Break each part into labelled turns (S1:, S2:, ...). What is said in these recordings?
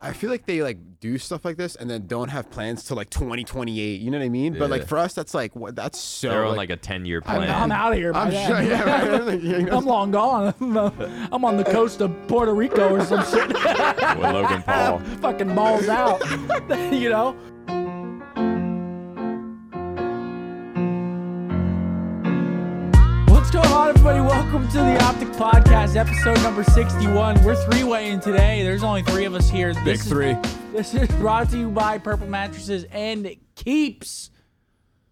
S1: I feel like they like do stuff like this and then don't have plans till like 2028. You know what I mean? But like
S2: Yeah.
S1: for us, that's like what that's so.
S2: They're on
S1: like,
S2: like a ten-year
S3: I'm,
S2: plan.
S3: I'm out of here. by
S1: I'm
S3: then.
S1: sure. Yeah, right? Like, you know,
S3: I'm long gone. I'm, uh, I'm on the coast of Puerto Rico or some shit.
S2: with Logan Paul.
S3: Fucking balls out. you know? What's going on, everybody? Welcome to the Optic Podcast, episode number 61. We're three waying today. There's only three of us here. This
S1: big
S3: is-
S1: three.
S3: This is brought to you by Purple Mattresses and Keeps.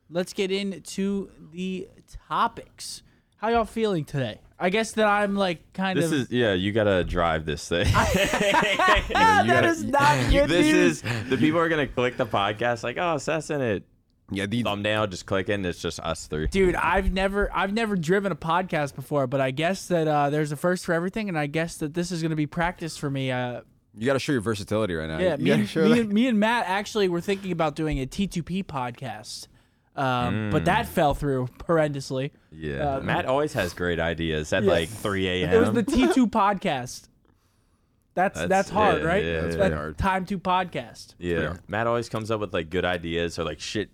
S3: Let's get into the topics. How y'all feeling today? I guess that I'm like kind
S2: This
S3: of.
S2: is yeah. You gotta drive this thing.
S3: Ah,
S2: You
S3: that
S2: gotta-
S3: is not good
S2: this is
S3: news.
S2: the people are gonna click the podcast like, oh, Seth's in it.
S1: Yeah, the,
S2: Thumbnail, just click it, and it's just us three.
S3: Dude, I've never I've never driven a podcast before, but I guess that uh, there's a first for everything, and I guess that this is going to be practice for me. Uh,
S1: you got to show your versatility right now.
S3: yeah,
S1: you
S3: me,
S1: gotta
S3: and,
S1: show
S3: me,
S1: that-
S3: and, me and Matt actually were thinking about doing a T2P podcast, um, but
S2: Mm.
S3: that fell through horrendously.
S2: Yeah,
S3: Uh,
S2: Matt always has great ideas at like 3 a.m.
S3: It was the T2 podcast. That's that's,
S2: That's-
S3: hard,
S2: yeah,
S3: right?
S2: yeah,
S3: That's
S2: yeah.
S3: that
S1: pretty hard.
S3: Time to podcast.
S2: yeah. Matt always comes up with like good ideas or like shit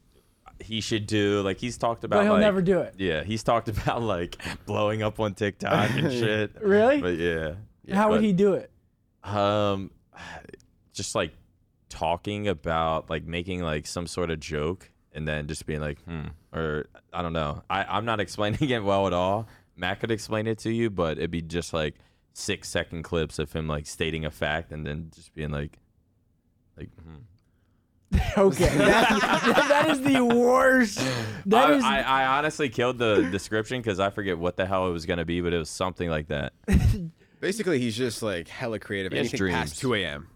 S2: he should do. Like he's talked about,
S3: But he'll
S2: like-
S3: never do it.
S2: Yeah, he's talked about like blowing up on TikTok and shit.
S3: Really?
S2: But yeah,
S3: How would
S2: but-
S3: he do it?
S2: Um, just like talking about like making like some sort of joke and then just being like, hmm, or I don't know. I I'm not explaining it well at all. Matt could explain it to you, but it'd be just like six second clips of him like stating a fact and then just being like, like. Hmm.
S3: Okay, that, that is the worst. That
S2: I,
S3: is
S2: I, I honestly killed the description because I forget what the hell it was gonna be, but it was something like that.
S1: Basically, he's just like hella creative.
S2: He has
S1: Anything past
S2: dreams.
S1: 2 a.m.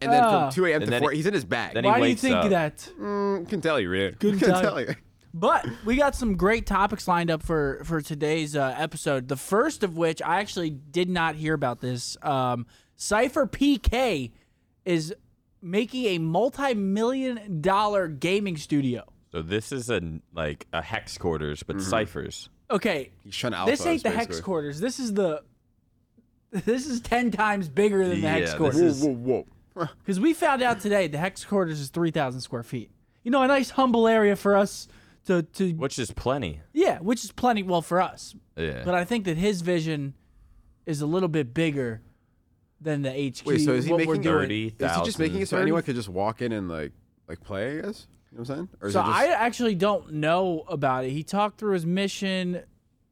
S1: And then
S3: Ah.
S1: from 2 a.m.
S2: And
S1: to
S2: then
S1: 4,
S2: he-
S1: he's in his bag.
S2: then he
S3: why do you
S2: wakes
S3: think
S2: up.
S3: that?
S1: Mm, can tell you, really.
S3: Couldn't
S1: Can
S3: tell
S1: tell
S3: you.
S1: you.
S3: But we got some great topics lined up for for today's uh, episode. The first of which I actually did not hear about this. Um, Cipher PK is making a multi-million dollar gaming studio.
S2: So this is a like a hex quarters, but
S3: Mm-hmm.
S2: ciphers.
S3: Okay,
S1: He's trying to
S3: this ain't the hex quarters. This is the this is ten times bigger than the
S2: Yeah,
S3: hex
S2: this
S3: quarters.
S1: Whoa,
S2: This is-
S1: whoa, whoa.
S3: Because we found out today the hex quarters is three thousand square feet. You know, a nice humble area for us to to
S2: which is plenty.
S3: yeah, which is plenty well for us.
S2: Yeah.
S3: But I think that his vision is a little bit bigger than the HQ.
S1: Wait, so is he
S3: what we're
S1: making
S3: doing.
S2: Thirty
S1: Is he
S2: thousand.
S1: just making it so anyone could just walk in and like like play? I guess you know what I'm saying. Or is
S3: So
S1: it just,
S3: I actually don't know about it. He talked through his mission.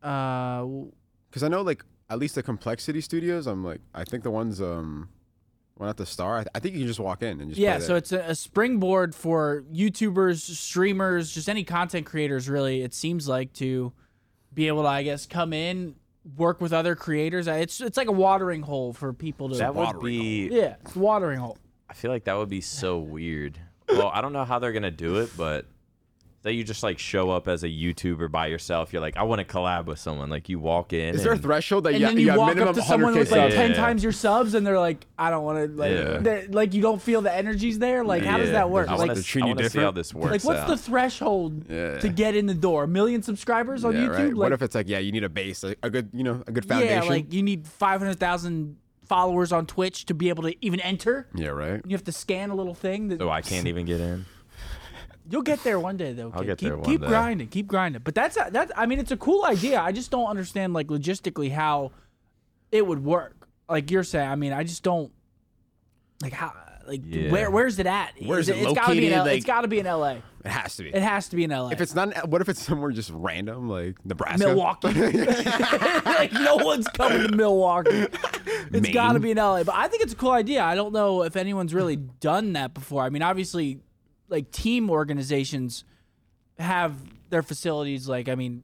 S3: Uh,
S1: because I know like at least the complexity studios. I'm like I think the ones um one at the star. I, I think you can just walk in and just
S3: yeah,
S1: Play
S3: so
S1: there.
S3: it's a, a springboard for YouTubers, streamers, just any content creators, really. It seems like to be able to, I guess, come in, work with other creators. I- It's it's like a watering hole for people to.
S2: that would
S1: watering
S2: be.
S3: yeah, it's a watering hole.
S2: I feel like that would be so weird. Well, I don't know how they're gonna do it, but that you just like show up as a YouTuber by yourself. You're like, I want to collab with someone. Like you walk in.
S1: is there a
S2: and-
S1: threshold that
S3: and
S1: you,
S3: then
S1: you,
S3: you,
S1: have
S3: walk
S1: minimum
S3: up to someone
S1: 100K
S3: with like
S1: subs?
S3: ten
S2: Yeah.
S3: times your subs, and they're like, "I don't want to." Like,
S2: Yeah.
S3: they're- like you don't feel the energies there. Like, how does
S2: Yeah.
S3: that work?
S2: I
S3: Like,
S2: want
S1: They're
S2: to
S1: treating you
S2: see how
S1: different.
S2: this
S3: like
S2: works.
S3: what's
S2: out.
S3: the threshold
S1: Yeah.
S3: to get in the door? A million subscribers on
S1: Yeah,
S3: YouTube?
S1: right.
S3: Like,
S1: what if it's like yeah, you need a base, like, a good you know a good
S3: yeah,
S1: foundation.
S3: like you need five hundred thousand followers on Twitch to be able to even enter.
S1: yeah, right.
S3: You have to scan a little thing. That
S2: So I can't even get in.
S3: you'll get there one day, though.
S2: I'll
S3: kid.
S2: get
S3: keep,
S2: there one
S3: Keep
S2: day.
S3: grinding, keep grinding. But that's a, that's. I mean, it's a cool idea. I just don't understand like logistically how it would work. Like you're saying, I mean, I just don't like how like
S2: Yeah.
S3: where where's it at?
S1: Where's
S3: Is
S1: it
S3: It's gotta be in.
S1: located,
S3: L- it's
S1: like-
S3: got to be in L.A.
S1: It has to be.
S3: It has to be in L.A.
S1: if it's not, in- what if it's somewhere just random like Nebraska,
S3: Milwaukee. like no one's coming to Milwaukee. It's
S1: Maine.
S3: got to be in LA. But I think it's a cool idea. I don't know if anyone's really done that before. I mean, obviously, like team organizations have their facilities. Like, I mean,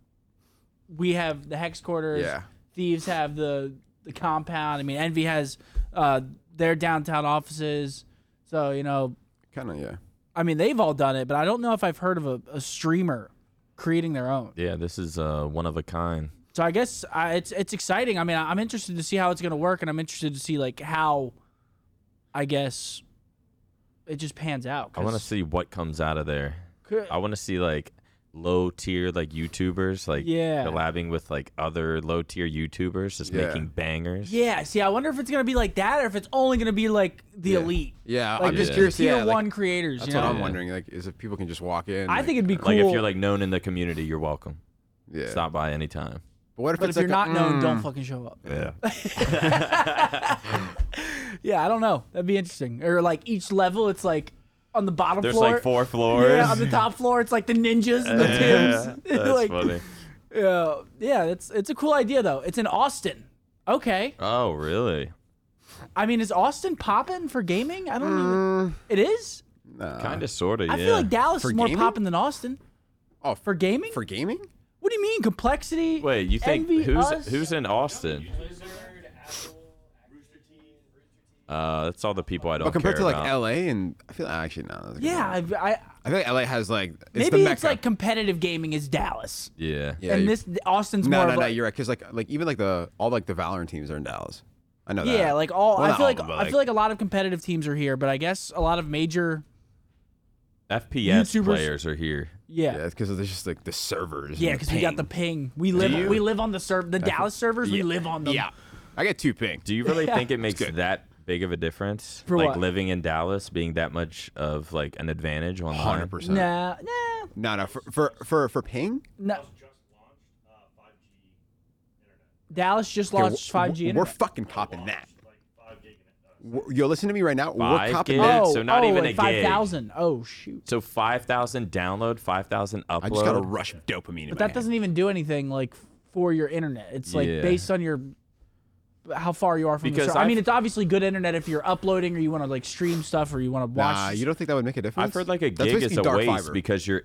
S3: we have the hex quarters.
S1: Yeah.
S3: Thieves have the the compound. I mean, Envy has uh, their downtown offices. So you know,
S1: Kind of yeah.
S3: I mean, they've all done it. But I don't know if I've heard of a, a streamer creating their own.
S2: Yeah, this is uh, one of a kind.
S3: So I guess uh, it's it's exciting. I mean, I- I'm interested to see how it's going to work, and I'm interested to see like how, I guess, it just pans out.
S2: I want to
S3: 'cause-
S2: see what comes out of there.
S3: Could-
S2: I want to see like low tier like YouTubers, like
S3: Yeah.
S2: collabing with like other low tier YouTubers, just
S1: Yeah.
S2: making bangers.
S3: Yeah. See, I wonder if it's gonna be like that, or if it's only gonna be like the
S1: Yeah.
S3: elite,
S1: Yeah,
S3: like
S1: I'm just
S3: the
S1: curious.
S3: tier
S1: Yeah, like,
S3: one creators.
S1: that's
S3: you
S1: what
S3: know?
S1: I'm wondering. Like, is if people can just walk in?
S3: I
S1: like-
S3: think it'd be cool.
S2: Like if you're like known in the community, you're welcome.
S1: yeah.
S2: Stop by anytime.
S1: But what if
S3: but if
S1: it's
S3: you're
S1: like
S3: not
S1: a,
S3: known, don't
S1: mm,
S3: fucking show up.
S2: Yeah.
S1: Mm.
S3: Yeah, I don't know. That'd be interesting. Or like each level, it's like on the bottom
S2: There's
S3: floor.
S2: like four floors.
S3: yeah, on the top floor, it's like the ninjas and the
S2: Yeah,
S3: Tims.
S2: That's
S3: like,
S2: funny.
S3: Yeah, yeah, it's it's a cool idea though. It's in Austin. Okay,
S2: Oh, really?
S3: I mean, is Austin popping for gaming? I don't. even, it is.
S1: nah.
S2: Kind of, sort of.
S3: Uh, I
S2: yeah.
S3: feel like Dallas
S1: Uh, For
S3: is more
S1: gaming?
S3: popping than Austin
S1: Oh,
S3: for
S1: for
S3: gaming.
S1: for gaming?
S3: what do you mean complexity?
S2: Wait, you think
S3: envy,
S2: who's
S3: us?
S2: who's in Austin? Uh, that's all the people I don't.
S1: But compared
S2: care
S1: to like
S2: about.
S1: LA and I feel actually no. that's a good
S3: Yeah,
S1: point.
S3: I, I
S1: I feel like LA has like it's the
S3: maybe
S1: mecca.
S3: it's like competitive gaming is Dallas,
S2: yeah.
S1: yeah,
S3: and
S1: you-
S3: this Austin's
S1: No,
S3: more.
S1: no,
S3: of
S1: no.
S3: like,
S1: You're right. Because like, like even like the all like the Valorant teams are in Dallas. I know that.
S3: Yeah, like all.
S1: Well,
S3: I
S1: not
S3: feel
S1: all
S3: like,
S1: of them, but,
S3: I feel like a lot of competitive teams are here, but I guess a lot of major.
S2: FPS
S3: YouTubers-
S2: players are here.
S1: yeah,
S3: Yeah.
S1: it's because there's just like the servers. and
S3: Yeah,
S1: the
S3: because we got the
S1: ping.
S3: ping. We live.
S2: you-
S3: We live on the server. The Dallas servers. We
S1: Yeah.
S3: live on them.
S1: Yeah, I get two ping.
S2: Do you really
S3: Yeah.
S2: think it makes that big of a difference?
S3: For
S2: like
S3: what?
S2: living in Dallas being that much of like an advantage online.
S1: Hundred percent.
S3: Nah, nah,
S1: No, no. For for for, for ping,
S3: nah. Dallas just launched
S1: Yeah, we're-
S3: 5G
S1: We're
S3: internet.
S1: fucking copping that. We're- Yo, listen to me right now. We're
S2: Five
S1: copping
S2: gig?
S1: that.
S2: so not
S3: oh,
S2: even
S3: at
S2: a gig.
S3: 5,000. Oh, shoot.
S2: So five thousand download, five thousand upload.
S1: I just got a rush of dopamine.
S3: But that doesn't even do anything like for your internet. It's like
S2: Yeah.
S3: based on your how far you are from
S2: Because
S3: the server. I
S2: I've-
S3: mean, it's obviously good internet if you're uploading or you want to like stream stuff or you want to watch.
S1: Nah, you don't think that would make a difference?
S2: I've heard like a
S1: That's
S2: gig is
S1: basically
S2: a
S1: dark
S2: waste
S1: fiber.
S2: because your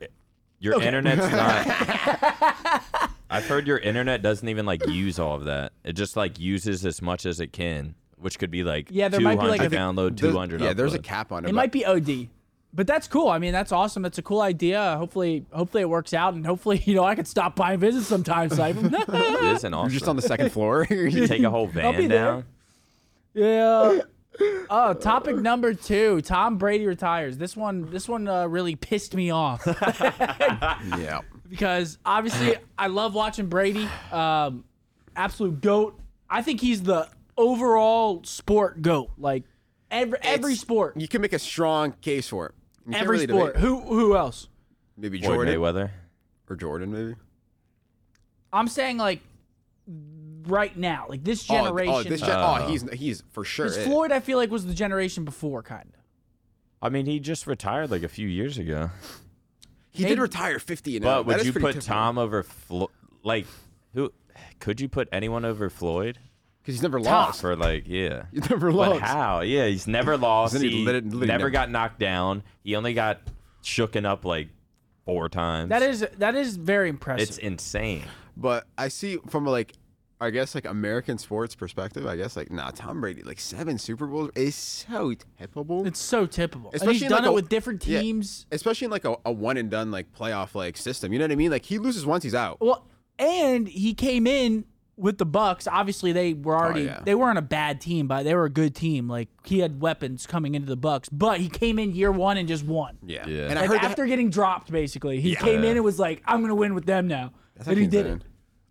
S2: your internet's not. I've heard your internet doesn't even like use all of that. It just like uses as much as it can, which could be like
S3: Yeah, there
S2: 200
S3: might be, like, a-
S2: download,
S1: There's-
S2: 200
S1: Yeah, there's a
S2: upload.
S1: cap on it.
S3: it
S1: but-
S3: might be OD. But that's cool. I mean, that's awesome. That's a cool idea. Hopefully, hopefully it works out, and hopefully, you know, I could stop by and visit sometime. So I-
S2: It isn't awesome.
S1: You're just on the second floor.
S2: you take a whole
S3: be
S2: van
S3: there.
S2: down.
S3: Yeah. Oh, topic number two. Tom Brady retires. This one, this one uh, really pissed me off
S1: yeah.
S3: because obviously I love watching Brady. Um, absolute goat. I think he's the overall sport goat. Like every every
S1: It's-
S3: sport,
S1: You can make a strong case for it. You can't
S3: every
S1: really debate
S3: sport. Who who else?
S1: Maybe
S2: Floyd
S1: Jordan
S2: Mayweather.
S1: or Jordan, maybe.
S3: I'm saying like right now, like this
S1: Oh, th-
S3: generation.
S1: Oh, this gen-
S2: Uh,
S1: oh, he's he's for sure.
S3: 'Cause
S1: it.
S3: Floyd, I feel like was the generation before, kind of.
S2: I mean, he just retired like a few years ago.
S1: He did
S3: Maybe-
S1: retire 50 and
S2: But
S1: out. That
S2: would
S1: is
S2: you
S1: pretty
S2: put
S1: typical.
S2: Tom over Flo- like who? Could you put anyone over Floyd
S1: Because he's never lost.
S2: for like yeah?
S1: He's never
S2: But
S1: lost.
S2: how? Yeah, he's never lost.
S1: Isn't he
S2: He
S1: lit- literally
S2: never
S1: never-
S2: got knocked down. He only got shooken up like four times.
S3: That is that is very impressive.
S2: it's insane.
S1: But I see from like, I guess like American sports perspective. I guess like nah, Tom Brady like seven Super Bowls is so typical.
S3: It's so typical. and
S1: Especially
S3: he's
S1: in,
S3: done
S1: like,
S3: it
S1: a-
S3: with different
S1: yeah.
S3: teams.
S1: Especially in like a, a one and done like playoff like system. You know what I mean? Like he loses once, he's out.
S3: Well, and he came in with the Bucks. Obviously, they were already
S1: Oh, yeah.
S3: they weren't a bad team, but they were a good team. Like he had weapons coming into the Bucks, but he came in year one and just won.
S1: Yeah.
S2: Yeah.
S1: And I
S3: Like
S1: heard
S3: after getting dropped, basically, he came in and was like, "I'm gonna win with them now,"
S1: that,
S3: and he did it.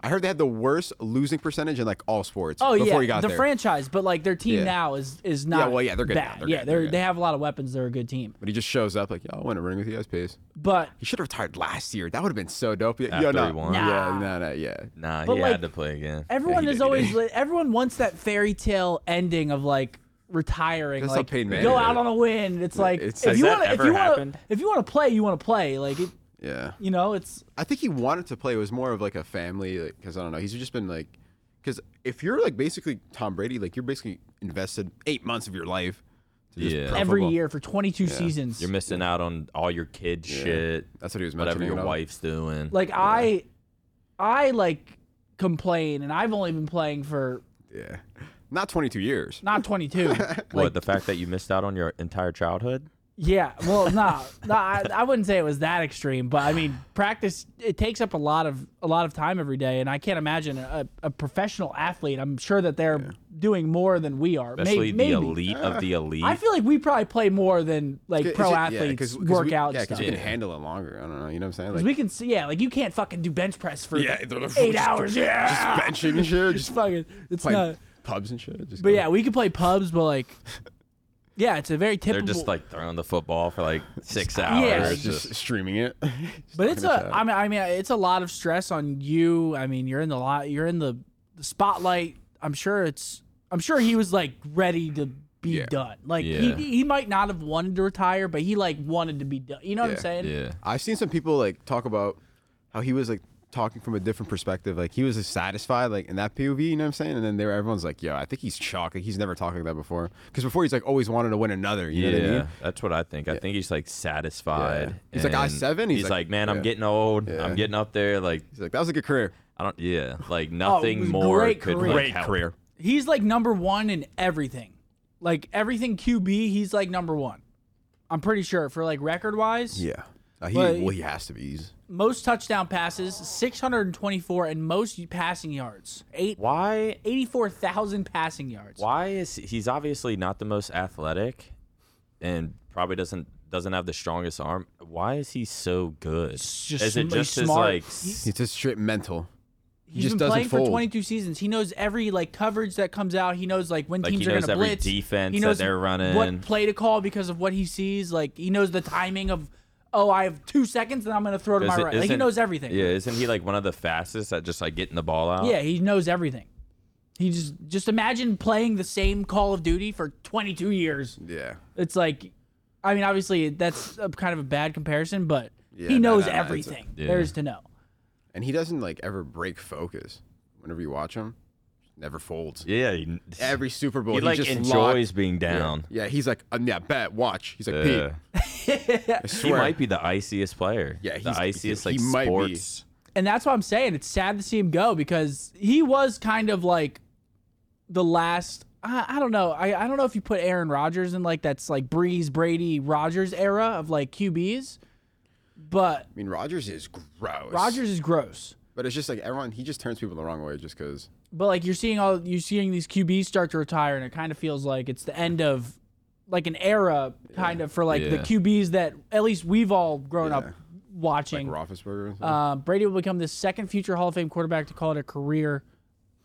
S1: I heard they had the worst losing percentage in like all sports.
S3: Oh
S1: before
S3: yeah,
S1: he got
S3: the
S1: there.
S3: franchise, but like their team
S1: Yeah.
S3: now is is not.
S1: well, yeah, they're good now.
S3: bad.
S1: They're
S3: yeah,
S1: good.
S3: they're,
S1: They're good.
S3: they have a lot of weapons. They're a good team,
S1: but he just shows up like, yo, I want to ring with you guys, peace.
S3: but
S1: He should have retired last year. That would have been so dope. Yeah,
S2: After
S1: yo,
S2: he
S1: no.
S2: won.
S1: Yeah,
S3: Nah.
S1: no, no, yeah.
S2: Nah,
S3: But,
S2: he
S3: like,
S2: had to play again.
S3: everyone
S1: he
S3: is
S1: did, he
S3: always
S1: did.
S3: li- everyone wants that fairy tale ending of like retiring
S1: That's how
S3: like
S1: Peyton Manning
S3: go
S1: did
S3: out
S1: it.
S3: on a win it's like
S1: it's-
S3: if
S1: Has
S3: you
S2: that
S3: want if
S2: ever
S3: you want
S2: happened?
S3: if you want to play you want to play like it,
S1: Yeah.
S3: you know it's
S1: I think he wanted to play. It was more of like a family, because I don't know. He's just been like, because if you're like basically Tom Brady, like you're basically invested eight months of your life. To just
S2: Yeah.
S1: pro
S3: every
S1: football.
S3: year for 22 seasons
S2: You're missing out on all your kid shit.
S1: That's what he was
S2: Whatever
S1: mentioning,
S2: your
S1: you know?
S2: wife's doing.
S3: like I I like complain and I've only been playing for
S1: Yeah, not 22 years.
S3: not 22
S2: what the fact that you missed out on your entire childhood?
S3: Yeah, well, no, no, I, I wouldn't say it was that extreme, but I mean, practice it takes up a lot of a lot of time every day, and I can't imagine a, a professional athlete. I'm sure that they're doing more than we are. May-
S2: Especially
S3: maybe,
S2: the elite of the elite.
S3: I feel like we probably play more than like pro
S1: yeah,
S3: athletes
S1: we-
S3: work out
S1: Yeah,
S3: stuff.
S1: because you can handle it longer. I don't know. You know what I'm saying?
S3: 'Cause
S1: Like,
S3: we can see, yeah, like you can't fucking do bench press for
S1: yeah, they're like,
S3: eight
S1: just
S3: hours. Yeah,
S1: benching and shit.
S3: it's
S1: Just
S3: fucking, it's
S1: playing
S3: not.
S1: pubs and shit. Just
S3: But yeah, we could play pubs, but like, yeah, it's a very
S2: They're
S3: typical.
S2: just like throwing the football for like six hours.
S3: Yeah,
S1: Or
S3: it's
S2: just,
S1: just streaming it.
S3: But it's a, I mean, I mean, it's a lot of stress on you. I mean, you're in the lot, you're in the the spotlight. I'm sure it's, I'm sure he was like ready to be
S1: Yeah.
S3: done. Like
S2: Yeah.
S3: he, he might not have wanted to retire, but he like wanted to be done. You know what I'm
S1: Yeah.
S3: saying?
S2: yeah.
S1: I've seen some people like talk about how he was like talking from a different perspective. Like he was like, satisfied, like in that POV, you know what I'm saying? And then there, everyone's like, "Yo, I think he's chalk. Like, he's never talked like that before." Because before he's like always wanted to win another. You know
S2: yeah,
S1: what I mean?
S2: that's what I think. I think he's like satisfied.
S1: Yeah. He's like, "I
S2: and
S1: seven?"
S2: He's,
S1: He's
S2: like,
S1: like,
S2: man, I'm
S1: yeah.
S2: getting old. I'm
S1: Yeah.
S2: getting up there. Like,
S1: He's like, "That was a good career.
S2: I don't. Yeah, like nothing
S3: was
S2: more
S3: Oh, great
S2: could
S3: career.
S2: like,
S3: Great
S2: help.
S1: career."
S3: He's like number one in everything, like everything QB. He's like number one. I'm pretty sure for like record wise,
S1: Yeah. Uh, he,
S3: But-
S1: well, he has to be. He's,
S3: most touchdown passes, 624, and most passing yards, eight.
S2: Why?
S3: 84,000 passing yards.
S2: Why is he's obviously not the most athletic, and probably doesn't doesn't have the strongest arm. Why is he so good?
S3: just
S2: is it
S3: sm-
S2: just
S3: he's
S2: his
S3: smart.
S2: like? s-
S1: it's just straight mental.
S3: He's
S1: just
S3: been
S1: doesn't
S3: playing for
S1: fold.
S3: 22 seasons. He knows every like coverage that comes out. He knows like when
S2: Like,
S3: teams
S2: he
S3: are
S2: knows
S3: going to
S2: every
S3: blitz.
S2: defense
S3: he
S2: that
S3: knows
S2: they're running.
S3: What play to call because of what he sees. Like he knows the timing of oh I have two seconds and I'm going to throw to my
S2: is it-
S3: right. Like he
S2: isn't-
S3: knows everything.
S2: Yeah, isn't he like one of the fastest at just like getting the ball out?
S3: Yeah, he knows everything. He just just imagine playing the same Call of Duty for 22 years.
S1: Yeah.
S3: It's like, I mean, obviously that's a, kind of a bad comparison, but
S1: Yeah,
S3: he
S1: no,
S3: knows
S1: no, no, it's a-
S3: everything
S2: Yeah.
S3: there is to know.
S1: And he doesn't like ever break focus. Whenever you watch him, never folds.
S2: yeah. He,
S1: Every Super Bowl,
S2: he
S1: he,
S2: like
S1: just
S2: enjoys
S1: locked-
S2: being down.
S1: Yeah, he's like, um, yeah, bet, watch. He's like,
S2: Yeah.
S1: Pete, I
S2: He
S1: swear.
S2: might be the iciest player.
S1: Yeah,
S2: the
S1: he's-
S2: iciest
S1: he
S2: like
S1: might be.
S2: sports.
S3: and that's what I'm saying. It's sad to see him go because he was kind of like the last. I, I don't know. I, I don't know if you put Aaron Rodgers in like that's like Breeze, Brady, Rodgers era of like QBs, but
S1: I mean, Rogers is gross.
S3: Rodgers is gross.
S1: But it's just like everyone, he just turns people the wrong way just because.
S3: But like you're seeing all you're seeing these QBs start to retire, and it kind of feels like it's the end of like an era, kind of for like the
S2: Yeah.
S3: QBs that at least we've all grown up
S1: Yeah.
S3: watching.
S1: Roethlisberger. and stuff.
S3: Uh, Brady will become the second future Hall of Fame quarterback to call it a career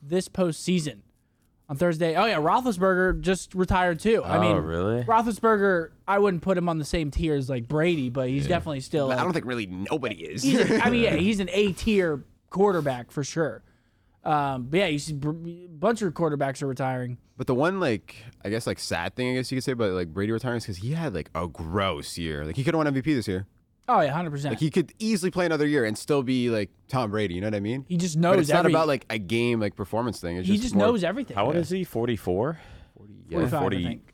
S3: this postseason on Thursday. Oh yeah, Roethlisberger just retired too. I
S2: Oh,
S3: mean,
S2: really?
S3: Roethlisberger, I wouldn't put him on the same tier as like Brady, but he's definitely still.
S1: I
S3: like,
S1: don't think really nobody is.
S3: he's a, I mean, yeah, he's an A tier quarterback for sure. Um, but yeah, you see, a bunch of quarterbacks are retiring.
S1: but the one like I guess like sad thing I guess you could say about like Brady retiring is because he had like a gross year. Like he could have won MVP this year.
S3: Oh yeah, hundred percent.
S1: Like he could easily play another year and still be like Tom Brady. You know what I mean?
S3: He just
S1: But
S3: knows
S1: it's not
S3: every-
S1: about like a game like performance thing. It's
S3: He
S1: just
S3: just
S1: more-
S3: knows everything.
S2: How old is he? 44?
S3: 45, I
S2: 40
S3: think.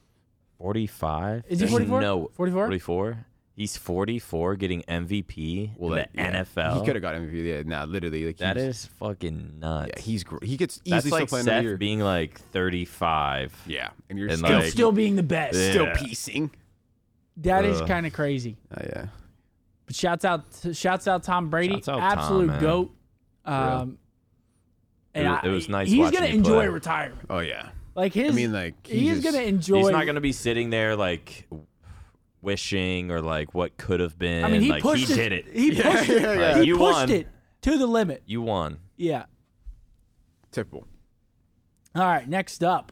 S2: 45?
S3: Is he 44?
S2: No.
S3: 44?
S2: 44? He's 44 getting MVP
S1: Well,
S2: in
S1: that-
S2: the
S1: yeah.
S2: NFL.
S1: He could have got MVP. Yeah, nah, literally. Like
S2: that
S1: he's,
S2: is fucking nuts.
S1: Yeah, he's gr- he gets easily
S2: That's
S1: still
S2: like
S1: play another year.
S2: Seth being like 35.
S1: yeah, and you're
S2: And,
S1: still
S2: like-
S3: Still being the best.
S2: Yeah.
S1: still piecing.
S3: That is
S2: Ugh.
S3: kind of crazy.
S1: Oh yeah.
S3: But shouts out, shouts out Tom Brady,
S2: Shouts out
S3: absolute
S2: Tom, man.
S3: goat. Um, and
S2: It
S3: I,
S2: was- it was nice
S3: He's
S2: watching
S3: gonna
S2: you
S3: enjoy
S2: play.
S3: retirement.
S1: Oh yeah.
S3: Like his,
S1: I mean, like
S3: he, is
S1: just-
S3: gonna enjoy.
S2: He's not going to be sitting there like wishing or like what could have been.
S3: I mean, he
S2: like,
S3: pushed
S2: he did it.
S3: He pushed it.
S1: yeah,
S2: Like,
S1: yeah.
S3: He
S2: you
S3: pushed
S2: won.
S3: it to the limit.
S2: You won.
S3: Yeah.
S1: Typical.
S3: All right. Next up,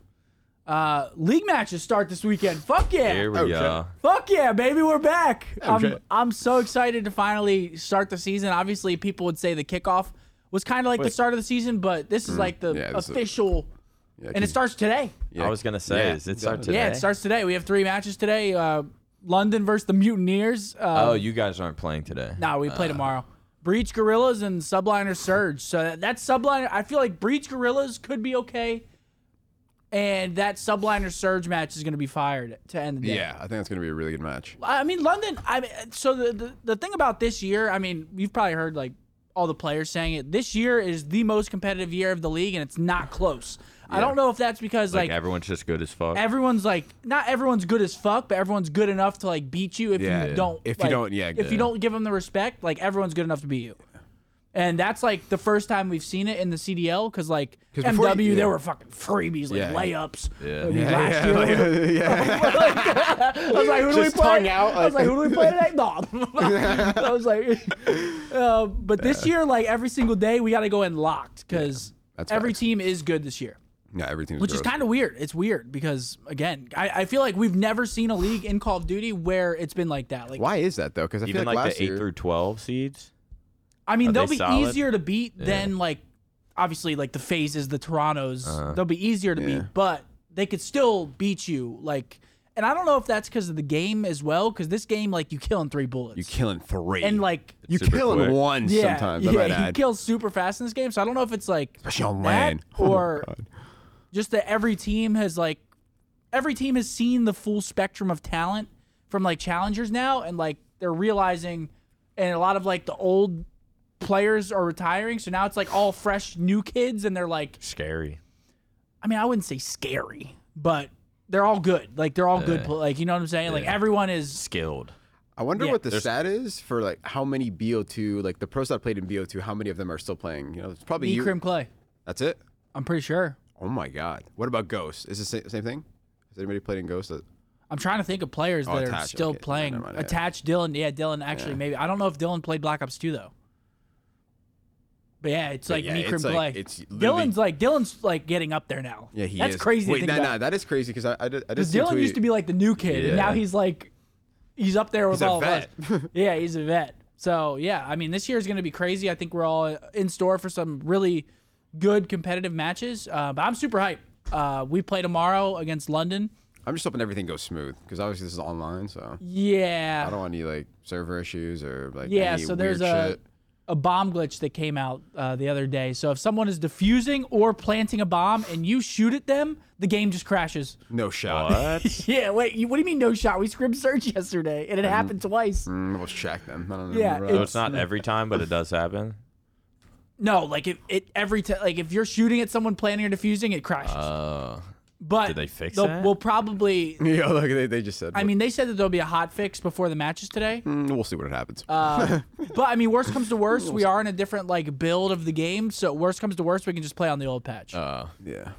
S3: uh, league matches start this weekend. Fuck yeah.
S2: Here we
S1: Okay.
S2: go.
S3: Fuck yeah, baby, we're back. I'm,
S1: shit.
S3: I'm so excited to finally start the season. Obviously, people would say the kickoff was kind of like the start of the season, but this is like the
S1: Mm. Yeah, this is-
S3: official,
S1: Yeah,
S3: and it starts today.
S2: I was going to say,
S1: Yeah.
S2: is it start
S1: Yeah,
S2: today?
S3: Yeah, it starts today. We have three matches today. Uh, London versus the Mutineers. Uh,
S2: Oh, Uh. you guys aren't playing today.
S3: nah, we play tomorrow. Breach Gorillas and Subliner Surge. So that, that Subliner, I feel like Breach Gorillas could be okay, and that Subliner Surge match is going to be fired to end the day.
S1: Yeah, I think that's gonna be a really good match.
S3: I mean, London. I mean, so the, the the thing about this year, I mean, you've probably heard like all the players saying it. This year is the most competitive year of the league, and it's not close. I don't know if that's because
S2: Like,
S3: like,
S2: everyone's just good as fuck.
S3: everyone's like not everyone's good as fuck, but everyone's good enough to like beat you if
S1: Yeah,
S3: you
S1: yeah.
S3: don't.
S1: If you
S3: like,
S1: don't- yeah,
S3: If
S1: yeah.
S3: you don't give them the respect, like everyone's good enough to beat you. And that's like the first time we've seen it in the CDL because like
S1: 'Cause
S3: MW,
S1: before you- yeah.
S3: there were fucking freebies like
S1: Yeah.
S3: layups.
S2: Yeah.
S3: I mean,
S1: Yeah,
S3: last
S1: yeah,
S3: year
S1: like, yeah.
S3: I was like, who do
S1: Just
S3: we play?
S1: tongue out,
S3: I was like,
S1: like-
S3: who do we play today? No. I was like, uh, but this year, like every single day, we got to go in locked because
S1: that's
S3: every
S1: facts.
S3: team is good this year,
S1: yeah, everything.
S3: which is kind of weird. It's weird because again, I, I feel like we've never seen a league in Call of Duty where it's been like that. Like,
S1: Why is that though? Because I feel
S2: Even
S1: like,
S2: like,
S1: last
S2: the eight
S1: year,
S2: through twelve seeds.
S3: I mean,
S2: Are
S3: they'll
S2: they
S3: be
S2: solid?
S3: easier to beat than like obviously like the phases, the Toronto's.
S1: Uh-huh.
S3: They'll be easier to
S1: Yeah.
S3: beat, but they could still beat you. Like, and I don't know if that's because of the game as well. Because this game, like, you kill in three bullets.
S1: you killing three
S3: and like
S1: you
S2: Super
S1: killing
S2: quick.
S1: one
S3: yeah,
S1: sometimes. I
S3: yeah,
S1: might
S3: he
S1: add.
S3: kills super fast in this game. So I don't know if it's like
S1: Especially on
S3: that
S1: land. Oh my
S3: or
S1: God.
S3: just that every team has like every team has seen the full spectrum of talent from like challengers now, and like they're realizing, and a lot of like the old players are retiring, so now it's like all fresh new kids, and they're like,
S2: Scary.
S3: I mean, I wouldn't say scary, but they're all good. Like they're all good. pl- Like you know what I'm saying? Like everyone is
S2: Skilled.
S1: I wonder
S3: Yeah.
S1: what the stat is for like how many BO2, like the pros that played in BO2, how many of them are still playing? You know, it's probably
S3: E.
S1: you.
S3: Crim Clay.
S1: That's it.
S3: I'm pretty sure.
S1: Oh my god. What about Ghost? Is it the same thing? Has anybody played in Ghost? That,
S3: I'm trying to think of players that are
S1: attached,
S3: still
S1: Oh, okay. Yeah,
S3: playing.
S1: never mind, yeah.
S3: Attached Dylan, yeah, Dylan actually maybe. I don't know if Dylan played Black Ops 2 though. But yeah, it's like
S1: yeah,
S3: me,
S1: it's
S3: Krim
S1: like-
S3: play.
S1: it's literally-
S3: Dylan's like Dylan's like getting up there now.
S1: yeah, he
S3: That's
S1: is.
S3: crazy.
S1: Wait,
S3: to think
S1: nah,
S3: about.
S1: nah, that is crazy because I, I did. I just seen a
S3: Dylan
S1: tweet.
S3: used to be like the new kid, and now
S2: Yeah.
S3: he's like, he's up there with
S1: a
S3: all
S1: vet.
S3: of us. yeah, he's a vet. So yeah, I mean, this year is going to be crazy. I think we're all in store for some really good competitive matches. Uh, but I'm super hyped. Uh, we play tomorrow against London.
S1: I'm just hoping everything goes smooth because obviously this is online, so
S3: Yeah,
S1: I don't want any like server issues or like
S3: Yeah,
S1: any
S3: so there's
S1: weird
S3: a
S1: shit.
S3: a bomb glitch that came out uh, the other day. So if someone is defusing or planting a bomb and you shoot at them, the game just crashes.
S1: no shot.
S2: What?
S3: Yeah, wait, you, what do you mean no shot? We scrim search yesterday
S2: Mm-hmm.
S3: and it happened twice.
S1: Mm, we'll check them. I don't know.
S3: Yeah,
S1: remember
S2: so
S1: that.
S2: it's not every time, but it does happen.
S3: No, like it, it every time like if you're shooting at someone planting or defusing, it crashes.
S2: Uh,
S3: but
S2: did they fix
S3: they'll-
S2: that?
S3: We'll probably.
S1: yeah, look, they, they just said.
S3: I mean, they said that there'll be a hot fix before the matches today.
S1: mm, we'll see what happens.
S3: Uh, But I mean, worst comes to worst, we are in a different like build of the game. So worst comes to worst, we can just play on the old patch.
S2: Uh,
S1: yeah,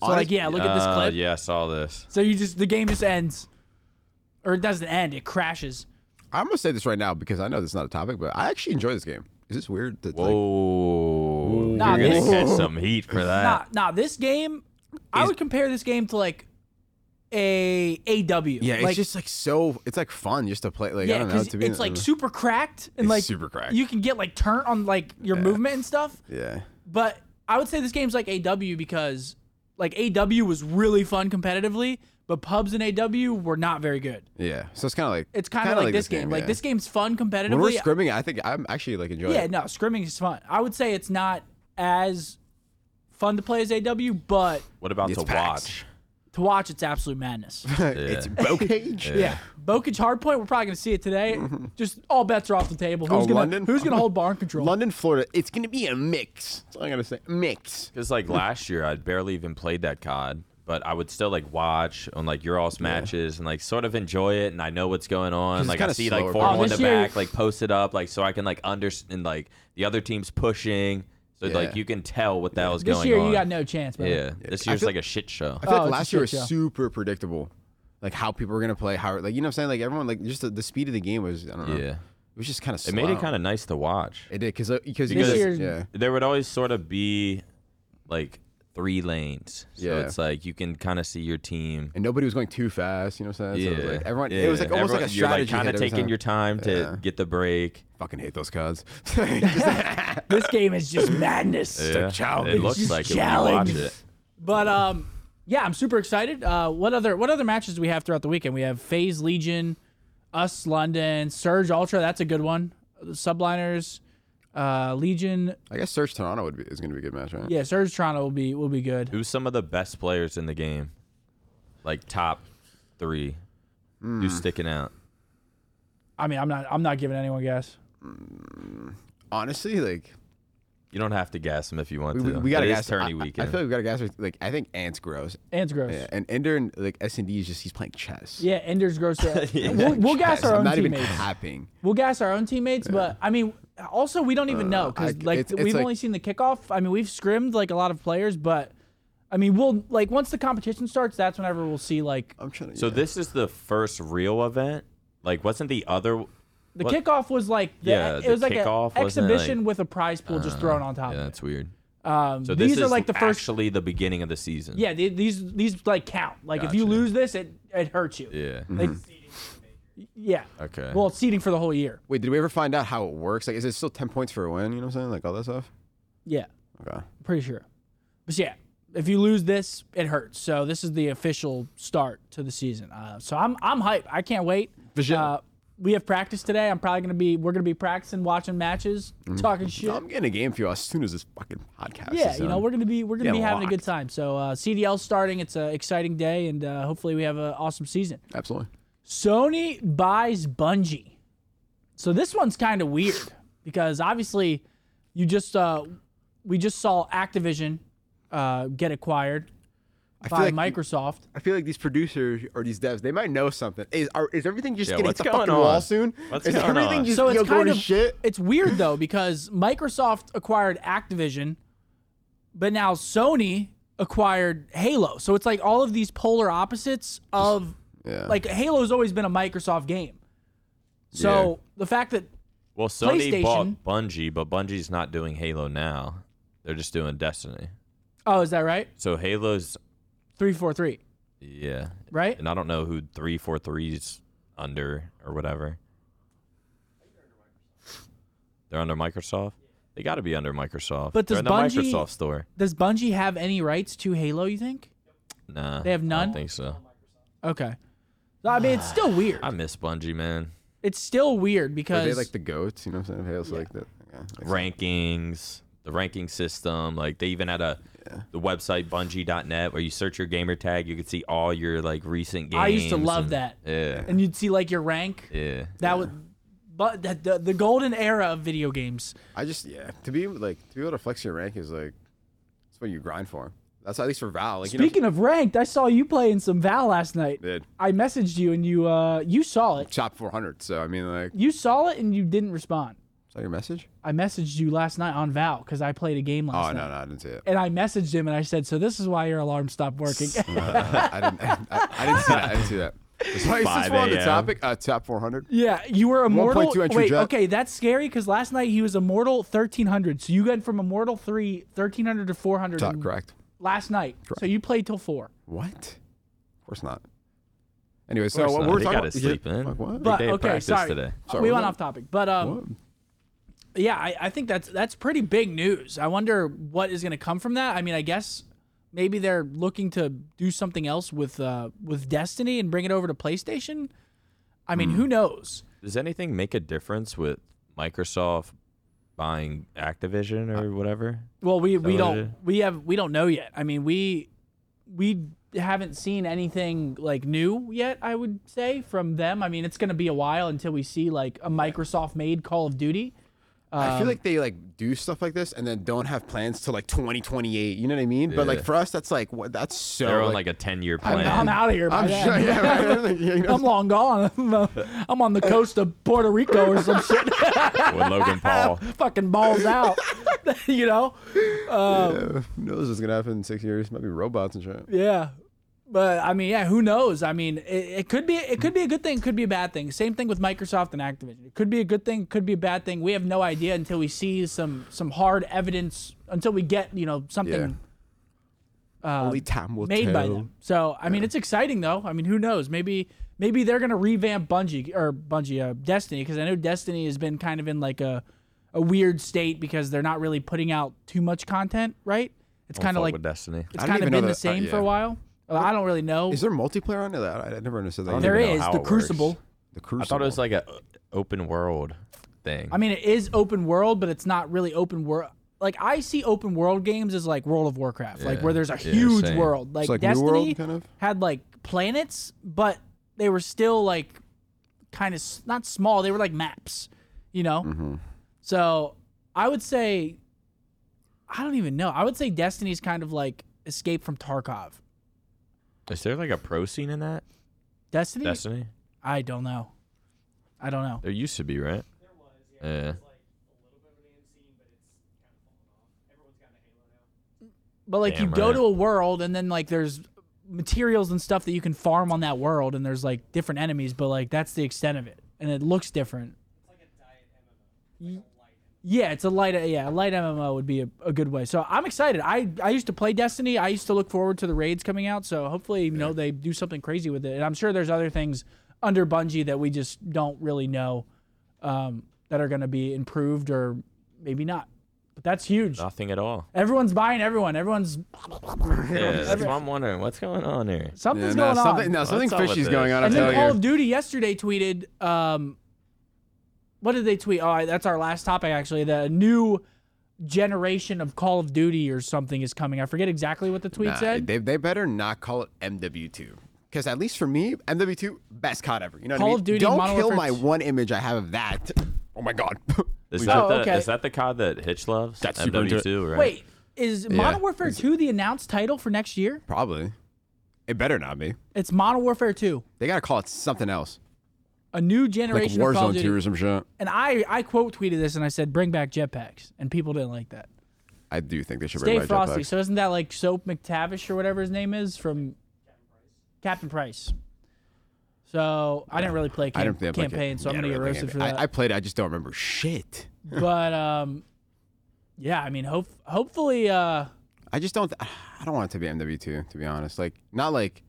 S3: so like, yeah, look at this
S2: uh,
S3: clip.
S2: Yeah, I saw this.
S3: So you just the game just ends, or it doesn't end. It crashes.
S1: I'm gonna say this right now because I know this is not a topic, but I actually enjoy this game. Is this weird? That, like,
S2: Whoa.
S3: Nah,
S2: You're going
S3: this-
S2: to catch some heat for
S1: Uh,
S2: that.
S3: Nah, nah. This game, I would compare this game to like a AW.
S1: Yeah, it's
S3: like,
S1: just like so. It's like fun just to play. Like I
S3: yeah,
S1: don't know.
S3: because
S1: To uh, be
S3: it's
S1: in-
S3: like super cracked and
S1: It's
S3: like
S1: super cracked.
S3: You can get like turnt on like your movement and stuff.
S1: yeah,
S3: But I would say this game's like AW because like AW was really fun competitively, but pubs and AW were not very good.
S1: yeah. So it's kind of like
S3: It's kind of
S1: kinda
S3: like, this game. Like
S1: yeah.
S3: this game's fun competitively.
S1: When we're scrimming, I think I'm actually like enjoying.
S3: Yeah,
S1: it.
S3: no, scrimming is fun. I would say it's not as fun to play as AW, but
S2: What about
S1: It's
S2: to
S1: packed.
S2: watch?
S3: to watch, it's absolute madness.
S1: it's Bocage. yeah.
S3: yeah, Bokage Hardpoint. We're probably gonna see it today. Just all bets are off the table. Who's
S1: Oh,
S3: gonna
S1: London?
S3: Who's gonna hold barn control?
S1: London, Florida. It's gonna be a mix. That's all I gotta say. Mix.
S2: Because like last year, I barely even played that COD, but I would still like watch on like your all's matches and like sort of enjoy it, and I know what's going on.
S1: it's
S2: Like I
S1: kinda
S2: see like
S1: slower.
S2: four
S3: Oh,
S2: one
S3: this
S2: to
S3: year-
S2: back, like post it up, like so I can like understand like the other team's pushing, so
S1: Yeah.
S2: like you can tell what the hell is
S3: This
S2: going
S3: year
S2: on.
S3: you got no chance, man.
S2: yeah, this
S1: I
S2: year's
S1: feel-
S2: like a shit show.
S1: I feel
S3: Oh,
S1: like
S3: it's a
S1: last year was
S3: shit show.
S1: super predictable. Like how people were gonna play. How like you know what I'm saying? Like everyone like just the, the speed of the game was. I don't know.
S2: Yeah.
S1: It was just kind of.
S2: It made it kind of nice to watch.
S1: It did cause, uh, because
S3: This
S1: because-
S3: year's-
S1: yeah.
S2: There would always sort of be like three lanes, so
S1: Yeah.
S2: it's like you can kind of see your team.
S1: And nobody was going too fast. You know what I'm saying? So it was, like, everyone. It was like
S2: yeah.
S1: almost like a
S2: Everyone- You're like
S1: strategy.
S2: kind
S1: hit
S2: of
S1: every
S2: taking
S1: time.
S2: your time to get the break.
S1: Fucking hate those cards. Just-
S3: This game is just madness.
S2: Yeah.
S1: challenge.
S2: It looks
S3: Just
S2: like it when you watch
S3: challenge.
S2: it.
S3: But um, yeah, I'm super excited. Uh, what other what other matches do we have throughout the weekend? We have Phase Legion, Us London, Surge Ultra. That's a good one. The Subliners, uh, Legion.
S1: I guess Search Toronto would be is going to be a good match, right?
S3: Yeah, Surge Toronto will be will be good.
S2: Who's some of the best players in the game? Like top three.
S1: Hmm.
S2: Who's sticking out?
S3: I mean, I'm not I'm not giving anyone a guess.
S1: Honestly, like
S2: You don't have to gas him if you want
S1: We,
S2: to.
S1: we gotta
S2: It is
S1: gas.
S2: tourney
S1: I,
S2: weekend.
S1: I feel like we gotta gas. Like I think Ant's gross.
S3: Ant's gross.
S1: Yeah, and Ender and like S and D is just he's playing chess.
S3: Yeah, Ender's gross. we'll, we'll gas
S1: Chess.
S3: our
S1: I'm
S3: own
S1: not
S3: teammates.
S1: even capping.
S3: We'll gas our own teammates, but I mean, also we don't
S2: Uh,
S3: even know because
S1: I-
S3: like
S1: it's- it's
S3: we've
S1: like-
S3: only seen the kickoff. I mean, we've scrimmed like a lot of players, but I mean, we'll like once the competition starts, that's whenever we'll see like
S2: Uh,
S1: I'm trying to.
S2: so this is the first real event. Like, wasn't the other?
S3: the
S2: What-
S3: kickoff was like the, e,
S2: Yeah,
S3: it
S2: the
S3: was like
S2: kickoff,
S3: an
S2: wasn't it,
S3: exhibition
S2: like- uh,
S3: with a prize pool just thrown on top.
S2: Yeah,
S3: of
S2: that's weird.
S3: it. Um,
S2: So
S3: these
S2: this
S3: are
S2: is
S3: like the first.
S2: actually the beginning of the season.
S3: yeah, the- these these like count. Like if you
S2: Gotcha.
S3: lose this, it it hurts you.
S2: Yeah.
S3: Like, yeah.
S2: Okay.
S3: Well, it's seating for the whole year.
S1: Wait, did we ever find out how it works? Like, is it still ten points for a win? You know what I'm saying? Like all that stuff.
S3: Yeah.
S1: Okay.
S3: Pretty sure. But yeah, if you lose this, it hurts. So this is the official start to the season. Uh, so I'm I'm hyped. I can't wait.
S1: Virgil.
S3: Uh, we have practice today. I'm probably gonna be we're gonna be practicing, watching matches, talking shit.
S1: I'm getting a game for you as soon as this fucking podcast.
S3: yeah,
S1: is
S3: you know
S1: done.
S3: we're gonna be we're gonna
S1: Yeah,
S3: be having a good
S1: locked.
S3: time. So uh, CDL starting. It's an exciting day, and uh, hopefully we have an awesome season.
S1: absolutely.
S3: Sony buys Bungie. So this one's kind of weird because obviously you just uh we just saw Activision uh get acquired
S1: I feel
S3: by
S1: like
S3: Microsoft.
S1: I feel like these producers or these devs, they might know something. Is are, is everything just
S2: Yeah,
S1: getting
S2: what's
S1: the
S2: going
S1: fucking
S2: on?
S1: wall soon?
S2: What's
S1: is
S2: going
S1: everything
S2: on?
S1: just
S3: so
S1: yo,
S3: it's
S1: going
S3: kind
S1: to
S3: of
S1: shit?
S3: it's weird though because Microsoft acquired Activision but now Sony acquired Halo. So it's like all of these polar opposites of
S1: Yeah.
S3: like Halo's always been a Microsoft game. So the fact that
S2: Well, Sony
S3: PlayStation-
S2: bought Bungie, but Bungie's not doing Halo now. They're just doing Destiny.
S3: oh is that right?
S2: So Halo's
S3: 343,
S2: yeah,
S3: right?
S2: and I don't know who three four threes under or whatever. They're under Microsoft. They got to be under Microsoft.
S3: But
S2: They're
S3: does
S2: in the
S3: Bungie-
S2: Microsoft store?
S3: Does Bungie have any rights to Halo? You think?
S2: Nah,
S3: They have
S2: I
S3: none?
S2: don't think so.
S3: Okay. I mean, it's still weird.
S2: I miss Bungie, man.
S3: It's still weird
S1: Are
S3: because
S1: they like the goats? You know what I'm saying? Halo's like that. Yeah, like-
S2: rankings, the ranking system. Like they even had a the website Bungie.net where you search your gamer tag, you could see all your like recent games.
S3: I used to love
S2: and-
S3: that.
S2: Yeah,
S3: and you'd see like your rank.
S2: yeah.
S3: That was, but the, the the golden era of video games.
S1: I just yeah. To be like to be able to flex your rank is like that's what you grind for. That's at least for Val. Like
S3: Speaking of ranked, I saw you playing some Val last night.
S1: you know, did
S3: I messaged you and you uh you saw it.
S1: chop 400. So I mean like
S3: You saw it and you didn't respond.
S1: is that your message?
S3: I messaged you last night on Val because I played a game
S1: Oh
S3: last night.
S1: no no I didn't see it.
S3: And I messaged him and I said, "So this is why your alarm stopped working."
S1: I didn't I, I, I didn't see that. I didn't see that. Wait, since
S2: 5
S1: we're on the
S2: a.m..
S1: topic, uh, top 400.
S3: Yeah, you were immortal.
S1: 1.2 entry
S3: Wait,
S1: jet.
S3: okay, that's scary because last night he was immortal 1300. So you went from immortal 3 1300 to 400
S1: Not
S3: in-
S1: correct.
S3: last night. So you played till 4.
S1: What? Of course not. Anyway, so
S2: course
S1: what
S2: not.
S1: we were
S2: They
S1: talking
S2: gotta
S1: about.
S2: sleep in.
S1: Like, what?
S3: But
S2: day of
S3: okay,
S2: practice
S3: sorry. Uh,
S2: today.
S1: Sorry,
S3: We
S1: what
S3: went
S1: was
S3: off topic. But um
S1: What?
S3: yeah, I, I think that's that's pretty big news. I wonder what is going to come from that. I mean, I guess maybe they're looking to do something else with uh with Destiny and bring it over to PlayStation. I mean,
S1: Hmm.
S3: who knows?
S2: Does anything make a difference with Microsoft buying Activision or whatever?
S3: Well, we we
S2: what it
S3: don't
S2: is?
S3: we have we don't know yet. I mean, we we haven't seen anything like new yet. I would say from them. I mean, it's going to be a while until we see like a Microsoft made Call of Duty.
S1: I feel like they like do stuff like this and then don't have plans till like 2028. You know what I mean? But like
S2: Yeah.
S1: for us, that's like what that's so.
S2: They're on
S1: like,
S2: like a ten year
S3: I'm,
S2: plan.
S3: out of here. By
S1: I'm
S3: then.
S1: sure. Yeah, right? Like, you know,
S3: I'm long gone. I'm on the coast of Puerto Rico or some shit.
S2: with Logan Paul.
S3: Fucking balls out. you know?
S1: yeah. Who knows what's gonna happen in six years? Might be robots and shit.
S3: Yeah. But I mean, yeah, who knows? I mean, it, it could be it could be a good thing, it could be a bad thing. Same thing with Microsoft and Activision. It could be a good thing, it could be a bad thing. We have no idea until we see some some hard evidence until we get, you know, something
S2: Um,
S1: Only time will
S3: made
S1: tell.
S3: by them. So, I mean, it's exciting though. I mean, who knows? Maybe maybe they're going to revamp Bungie or Bungie uh, Destiny because I know Destiny has been kind of in like a a weird state because they're not really putting out too much content, right? It's kind of
S2: Fuck
S3: like
S2: with Destiny.
S3: it's
S1: I don't
S3: kind of
S1: even know
S3: been the
S1: that- uh,
S3: same for
S1: yeah.
S3: a while. Uh, I don't really know.
S1: Is there multiplayer on it? I, I never understood that.
S2: don't
S3: there
S2: even know
S3: is
S2: how
S3: the
S2: it works.
S3: Crucible.
S1: The cruise.
S2: I thought it was like a open world thing.
S3: I mean, it is open world, but it's not really open world. Like I see open world games as like World of Warcraft, like where there's a
S2: Yeah,
S3: huge
S2: same.
S3: world. Like,
S1: like New
S3: Destiny
S1: World, kind of?
S3: had like planets, but they were still like kind of s- not
S2: Mm-hmm.
S3: small. They were like maps, you know. So I would say I don't even know. I would say Destiny's kind of like Escape from Tarkov.
S2: Is there like a pro scene in that
S3: Destiny?
S2: Destiny?
S3: I don't know. I don't know.
S2: There used to be, right?
S4: There was, yeah.
S2: Yeah.
S4: There was like a little bit of an end scene, but it's kind of fallen off. Everyone's gotten a Halo now.
S3: But like you
S2: Damn
S3: go
S2: right.
S3: to a world and then like there's materials and stuff that you can farm on that world and there's like different enemies, but like that's the extent of it. And it looks different.
S4: It's like a diet MMO.
S3: Yeah, it's a light. Yeah, a light MMO would be a, a good way. So I'm excited. I I used to play Destiny. I used to look forward to the raids coming out. So hopefully, you know, they do something crazy with it. And I'm sure there's other things under Bungie that we just don't really know um, that are going to be improved or maybe not. But that's huge.
S2: Nothing at all.
S3: Everyone's buying everyone. Everyone's
S2: Yeah, that's what I'm wondering. What's going on here?
S1: Yeah,
S3: something's
S1: no,
S3: going
S1: something,
S3: on.
S1: no,
S2: What's
S1: something
S2: up with
S1: fishy's
S2: this?
S1: going on. I'm
S3: and then
S1: telling
S3: Call
S1: you.
S3: of Duty yesterday tweeted, um, what did they tweet? Oh, I- that's our last topic actually. The new generation of Call of Duty or something is coming. I forget exactly what the tweet
S1: Nah,
S3: said.
S1: They, they better not call it MW2. Because at least for me, MW2, best COD ever. You know what
S3: Call
S1: I mean?
S3: of Duty,
S1: Don't
S3: Modern
S1: kill
S3: Warfare
S1: my
S3: two.
S1: one image I have of that. Oh my god.
S2: Is
S1: We-
S2: that
S3: Oh,
S2: the
S3: okay.
S2: is that the COD that Hitch loves?
S1: That's super into
S2: MW2,
S1: it.
S2: right?
S3: Wait, is
S1: Yeah.
S3: Modern Warfare 2 the announced title for next year?
S1: Probably. It better not be.
S3: It's Modern Warfare 2,
S1: They gotta call it something else.
S3: a new
S1: Like
S3: generation of Call of
S1: Warzone
S3: Duty.
S1: 2 or some shit.
S3: And I, I quote tweeted this and I said, bring back jetpacks. And people didn't like that.
S1: I do think they should bring back
S3: Dave Frosty.
S1: jetpacks.
S3: So isn't that like Soap McTavish or whatever his name is from Captain Price? So I didn't really play
S1: I
S3: cam-
S1: don't think like it.
S3: campaign, so I'm
S1: Yeah, I
S3: gonna get
S1: don't think
S3: roasted
S1: it-
S3: for
S1: I-
S3: that.
S1: I, played it, I just don't remember shit.
S3: but um, yeah, I mean, hope hopefully, uh,
S1: I just don't I don't want it to be MW2, to be honest. Like not like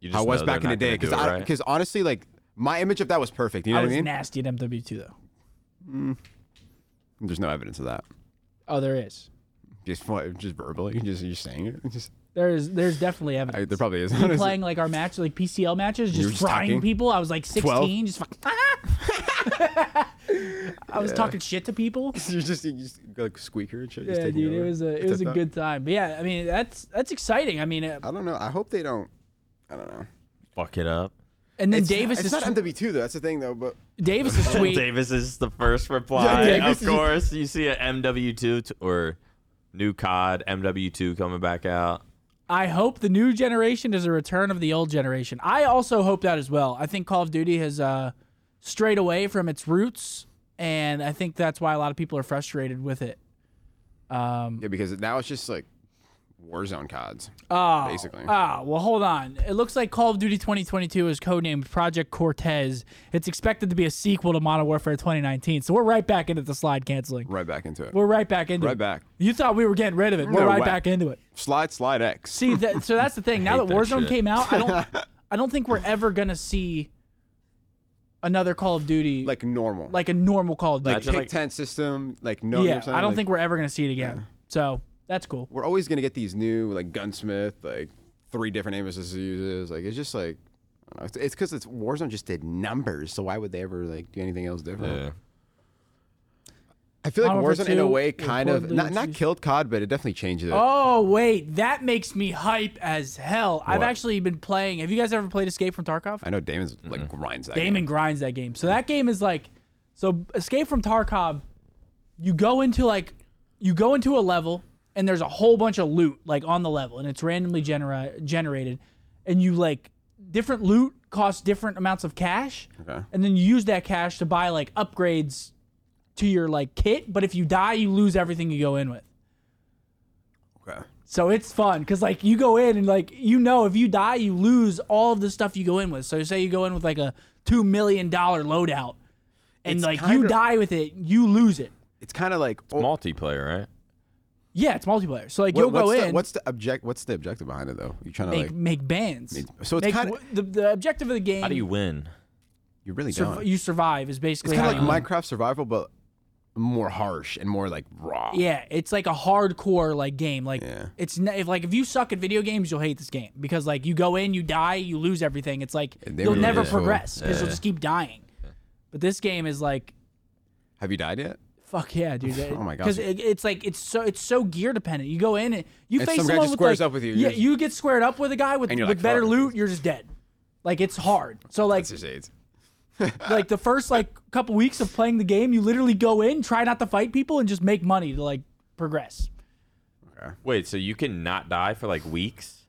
S2: You
S1: how it was
S2: know they're
S1: back in the
S2: not
S1: day.
S2: gonna do
S1: Because
S2: it,
S1: I
S2: right?
S1: because honestly, like my image of that was perfect. You know
S3: I
S1: what
S3: was
S1: I mean?
S3: nasty at MW2 though.
S1: There's no evidence of that.
S3: Oh, there is.
S1: Just what, just verbally, just you're saying it. Just
S3: There is. There's definitely
S1: I,
S3: evidence.
S1: there probably is. honestly.
S3: playing like our match, like PCL matches,
S1: were
S3: just,
S1: just
S3: frying
S1: talking?
S3: people. I was like 16,
S1: 12?
S3: just fucking. I was talking shit to people.
S1: you're just you just go like squeaker and shit. just
S3: Yeah,
S1: taking
S3: dude, it
S1: over.
S3: was a it
S1: It's
S3: was a
S1: like that.
S3: good time. But yeah, I mean that's that's exciting. I mean, uh,
S1: I don't know. I hope they don't. I don't know.
S2: Fuck it up.
S3: and then
S1: It's-
S3: Davis
S1: It's
S3: is
S1: not
S3: tw-
S1: MW2 though. That's the thing though. But
S3: Davis is tweet.
S2: Davis is the first reply.
S1: Yeah, Davis
S2: of
S1: is-
S2: course, you see a MW2 t- or new COD MW2 coming back out.
S3: I hope the new generation is a return of the old generation. I also hope that as well. I think Call of Duty has uh, strayed away from its roots, and I think that's why a lot of people are frustrated with it. Um,
S2: Mm.
S1: yeah, because now it's just like Warzone cods.
S3: oh,
S1: Basically.
S3: Ah, well, hold on. It looks like Call of Duty 2022 is codenamed Project Cortez. It's expected to be a sequel to Modern Warfare 2019. So we're right back into the slide canceling.
S1: Right back into it.
S3: We're right back into
S1: Right
S3: it.
S1: back.
S3: You thought we were getting rid of it. We're
S1: No
S3: right
S1: way.
S3: back into it.
S1: Slide, slide X.
S3: See, that, so that's the thing. Now
S2: hate
S3: that
S2: that
S3: Warzone
S2: shit.
S3: came out, I don't, I don't think we're ever gonna see another Call of Duty
S1: like
S3: like,
S1: normal.
S3: a normal Call of Duty.
S1: like
S2: Imagine,
S1: pick
S2: like-
S1: ten system. Like no. you know what
S3: yeah,
S1: I'm saying?
S3: I don't
S1: Like,
S3: think we're ever gonna see it again. So that's cool.
S1: we're always gonna get these new like gunsmith like three different aimless uses. Like it's just like. I don't know. It's- It's because it's Warzone just did numbers, so why would they ever like do anything else different? I feel like
S3: Modern Warfare
S1: Warzone in a
S3: 2,
S1: way
S3: it
S1: kind of
S3: reportedly
S1: not not
S3: introduced-
S1: killed COD, but it definitely changed it.
S3: Oh wait, that makes me hype as hell. I've
S1: What?
S3: actually been playing. Have you guys ever played Escape from Tarkov?
S1: I know Damon's like grinds that.
S3: Damon
S1: game.
S3: grinds that game. So that game is like, so Escape from Tarkov, you go into like, you go into a level and there's a whole bunch of loot like on the level and it's randomly genera- generated, and you like different loot costs different amounts of cash,
S1: Okay.
S3: and then you use that cash to buy like upgrades to your like kit. But if you die, you lose everything you go in with.
S1: Okay.
S3: So it's fun because like you go in and like you know if you die you lose all of the stuff you go in with. So say you go in with like a two million dollar loadout, and
S1: It's
S3: like you
S1: kinda-
S3: die with it, you lose it.
S1: It's kind of like oh,
S2: Multiplayer, right?
S3: Yeah, it's multiplayer. So like
S1: what-
S3: you'll
S1: what's
S3: go
S1: the,
S3: in,
S1: What's the object? What's the objective behind it though? You trying to
S3: make
S1: like
S3: make bands.
S1: so it's
S3: Make-
S1: kinda-
S3: the, the objective of the game.
S2: How do you win?
S1: you really
S3: surv-
S1: don't.
S3: you survive is
S1: it's
S3: basically
S1: kind
S3: how
S1: of
S3: you-
S1: like Minecraft survival, but more harsh and more like raw.
S3: Yeah, it's like a hardcore like game. Like
S1: Yeah.
S3: it's n- if like if you suck at video games, you'll hate this game because like you go in, you die, you lose everything. It's like
S1: they
S3: you'll
S1: really
S3: never
S1: did.
S3: progress because you'll
S2: Yeah.
S3: just keep dying. But this game is like
S1: Have you died yet?
S3: Fuck yeah, dude!
S1: Oh my gosh.
S3: Because it, it's like it's so it's so gear dependent. You go in and you
S1: And
S3: face
S1: some guy
S3: someone
S1: just
S3: with
S1: squares
S3: like
S1: up with you.
S3: yeah,
S1: You're-
S3: you get squared up with a guy with, with
S1: And you're like,
S3: better
S1: fuck.
S3: loot, you're just dead. Like it's hard. So like
S1: It's just AIDS.
S3: like the first like couple weeks of playing the game, you literally go in, try not to fight people, and just make money to like progress.
S1: bro.
S2: Wait, so you can not die for like weeks?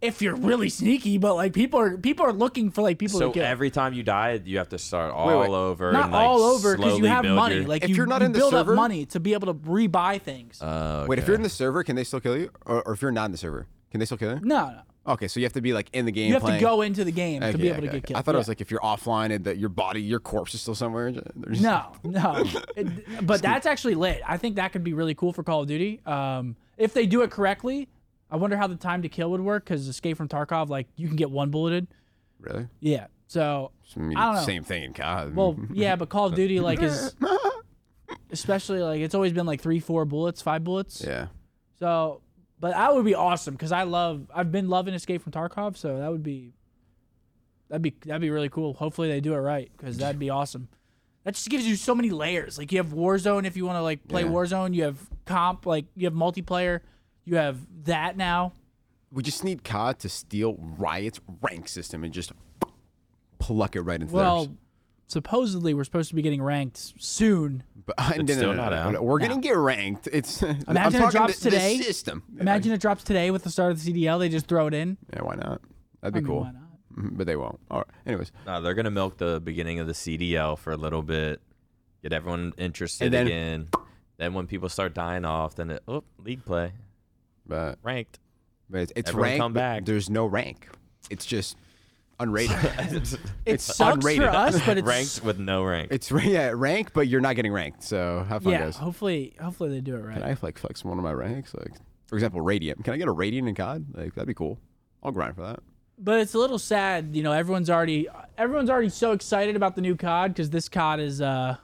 S3: If you're really sneaky, but like people are people are looking for like people
S2: so
S3: to kill.
S2: every time you die, you have to start all
S1: wait.
S2: over.
S3: not
S2: and, like,
S3: all over because you
S2: slowly
S3: have
S2: build
S3: money.
S2: your-
S3: Like
S1: If
S3: you,
S1: you're not
S3: you
S1: in the
S3: build
S1: server-
S3: up money to be able to rebuy things.
S2: Uh,
S1: Wait, if
S2: okay.
S1: you're in the server, can they still kill you? Or, or if you're not in the server, can they still kill you?
S3: no, no,
S1: Okay, so you have to be like in the game.
S3: you have to
S1: playing.
S3: go into the game to
S1: Okay,
S3: be able to
S1: okay,
S3: get
S1: okay.
S3: killed.
S1: I thought
S3: yeah.
S1: it was like if you're offline and that your body, your corpse is still somewhere. they're just-
S3: No, no. It- but that's actually lit. I think that could be really cool for Call of Duty. Um, if they do it correctly, I wonder how the time to kill would work because Escape from Tarkov, like you can get one bulleted.
S1: really.
S3: Yeah. So
S1: I mean,
S3: I don't know.
S1: Same thing in COD.
S3: well, yeah, but Call of Duty like is especially like it's always been like three, four bullets, five bullets.
S1: yeah.
S3: So, but that would be awesome because I love I've been loving Escape from Tarkov, so that would be that'd be that'd be really cool. Hopefully they do it right because that'd be awesome. That just gives you so many layers. Like you have Warzone if you want to like play
S1: Yeah.
S3: Warzone. You have comp like you have multiplayer. You have that now.
S1: We just need COD to steal Riot's rank system and just pluck it right into
S3: Well,
S1: theirs.
S3: supposedly we're supposed to be getting ranked soon.
S1: But I no,
S2: still
S1: no, no,
S2: not
S1: no,
S2: out.
S1: no. We're gonna get ranked. It's I'm
S3: Imagine it
S1: talking
S3: drops
S1: the- the
S3: today.
S1: system.
S3: Imagine it drops today with the start of the CDL. They just throw it in.
S1: Yeah, why not? That'd be
S3: I mean,
S1: cool.
S3: why not?
S1: Mhm, But they won't. All right. Anyways,
S2: Nah, they're gonna milk the beginning of the CDL for a little bit, get everyone interested
S1: And then-
S2: again. Then when people start dying off, then it, oh, league play
S1: but
S2: ranked.
S1: but it's, it's
S2: Everyone
S1: ranked.
S2: come
S1: but
S2: back.
S1: There's no rank. It's just unrated.
S3: It
S1: It's
S3: sucks for
S1: unrated.
S3: us, but it's
S2: ranked with no rank.
S1: it's ra- yeah rank, but you're not getting ranked. So have fun,
S3: Yeah,
S1: guys.
S3: hopefully, hopefully they do it right.
S1: Can I like flex one of my ranks? Like for example, radiant. Can I get a radiant in COD? Like that'd be cool. I'll grind for that.
S3: but it's a little sad you know everyone's already everyone's already so excited about the new cod because this cod is uh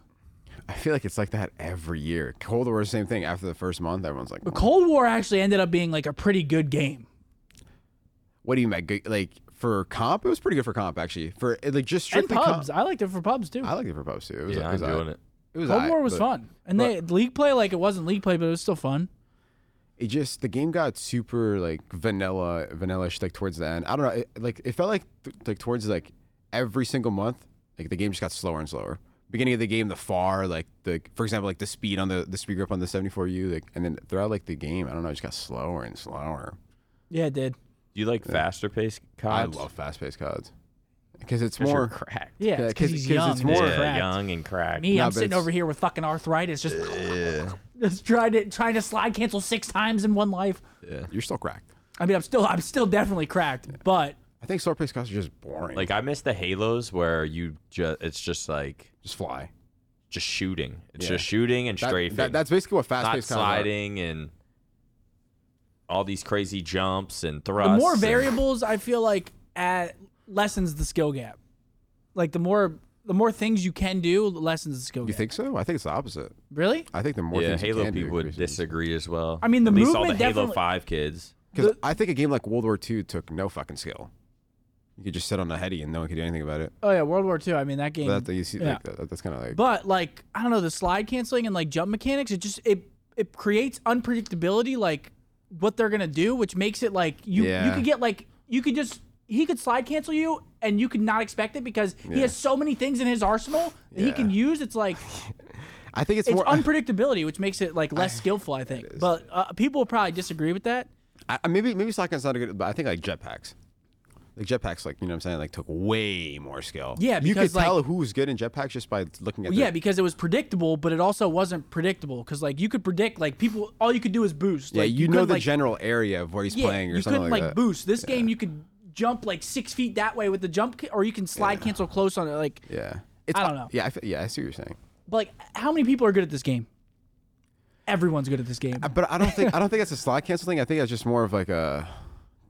S1: I feel like it's like that every year. Cold War, is the same thing. After the first month, everyone's like,
S3: cold war actually ended up being like a pretty good game
S1: "What do you mean? Good- Like for comp, it was pretty good for comp actually. For like just
S3: and
S1: strictly
S3: pubs
S1: comp,
S3: i liked it for pubs too
S1: I like it for pubs too. It was,
S2: yeah,
S1: it
S2: I'm
S1: was
S2: doing
S1: aight.
S2: it.
S1: It was
S3: cold
S1: aight,
S3: war was
S1: but
S3: fun and they league play like it wasn't league play but it was still fun
S1: It just the game got super like vanilla, vanilla-ish like towards the end. I don't know. It, like it felt like th- like towards like every single month, like the game just got slower and slower. Beginning of the game, the far like the for example like the speed on the the speed grip on the 74U, like and then throughout like the game, I don't know, it just got slower and slower.
S3: yeah it did
S2: Do you like faster paced
S1: I
S2: cops?
S1: love fast-paced CODs because it's
S2: 'Cause you're
S1: more.
S2: cracked.
S3: yeah
S1: Yeah,
S3: because
S1: 'cause-
S3: he's
S1: 'cause
S3: young
S1: it's
S3: and he's
S1: more-
S2: Yeah,
S3: cracked.
S2: young and cracked.
S3: me
S1: Nah,
S3: i'm
S1: but
S3: sitting
S1: it's-
S3: over here with fucking arthritis just
S2: Yeah.
S3: just trying to trying to slide cancel six times in one life
S1: You're still cracked.
S3: i mean i'm still i'm still definitely cracked but
S1: I think slow paced cars are just boring.
S2: Like I miss the Halos where you just it's just like
S1: just fly.
S2: just shooting. It's
S1: Yeah.
S2: just shooting and
S1: That-
S2: strafing.
S1: that- that's basically what fast
S2: not
S1: paced cars are.
S2: sliding and all these crazy jumps and thrusts.
S3: the more
S2: and-
S3: variables i feel like at lessens the skill gap like the more the more things you can do lessens the skill
S1: You
S3: gap
S1: think so? I think it's the opposite.
S3: really
S1: I think the more
S2: yeah,
S1: things you
S2: Halo
S1: can do,
S2: people would
S1: increases.
S2: disagree as well.
S3: I mean, the
S2: At least all the
S3: movement
S2: Halo
S3: definitely-
S2: Five kids.
S1: Because I think a game like World War II took no fucking skill. You could just sit on a heady and no one could do anything about it.
S3: oh yeah world war ii i mean that game
S1: But that, you see,
S3: yeah.
S1: like, that, that's kind of like.
S3: but like i don't know the slide canceling and like jump mechanics it just it it creates unpredictability like what they're gonna do which makes it like you you
S1: Yeah.
S3: could get like you could just he could slide cancel you and you could not expect it because he
S1: Yeah.
S3: has so many things in his arsenal that he
S1: Yeah.
S3: can use it's like
S1: I think it's,
S3: it's
S1: more.
S3: unpredictability, which makes it like less skillful, I think. But uh, people will probably disagree with that.
S1: I, I- maybe maybe Slotgun's not a good, but I think like jetpacks. Like jetpacks, like you know what I'm saying, like took way more skill.
S3: Yeah,
S1: you could
S3: because, like-
S1: tell who's good in jetpacks just by looking at.
S3: Yeah,
S1: their,
S3: because it was predictable, but it also wasn't predictable because like you could predict like people, all you could do is boost.
S1: yeah,
S3: Like,
S1: you, know
S3: couldn't,
S1: the
S3: like,
S1: general area of where he's
S3: yeah,
S1: playing or
S3: you
S1: something
S3: couldn't
S1: like,
S3: like,
S1: that.
S3: boost. This game, you could jump like six feet that way with the jump, ca- or you can slide cancel close on it. Like,
S1: Yeah, it's,
S3: I don't know.
S1: Yeah, I, fe- yeah, I see what you're saying.
S3: but, like how many people are good at this game? Everyone's good at this game.
S1: But I don't think I don't think it's a slot cancel thing. I think it's just more of like a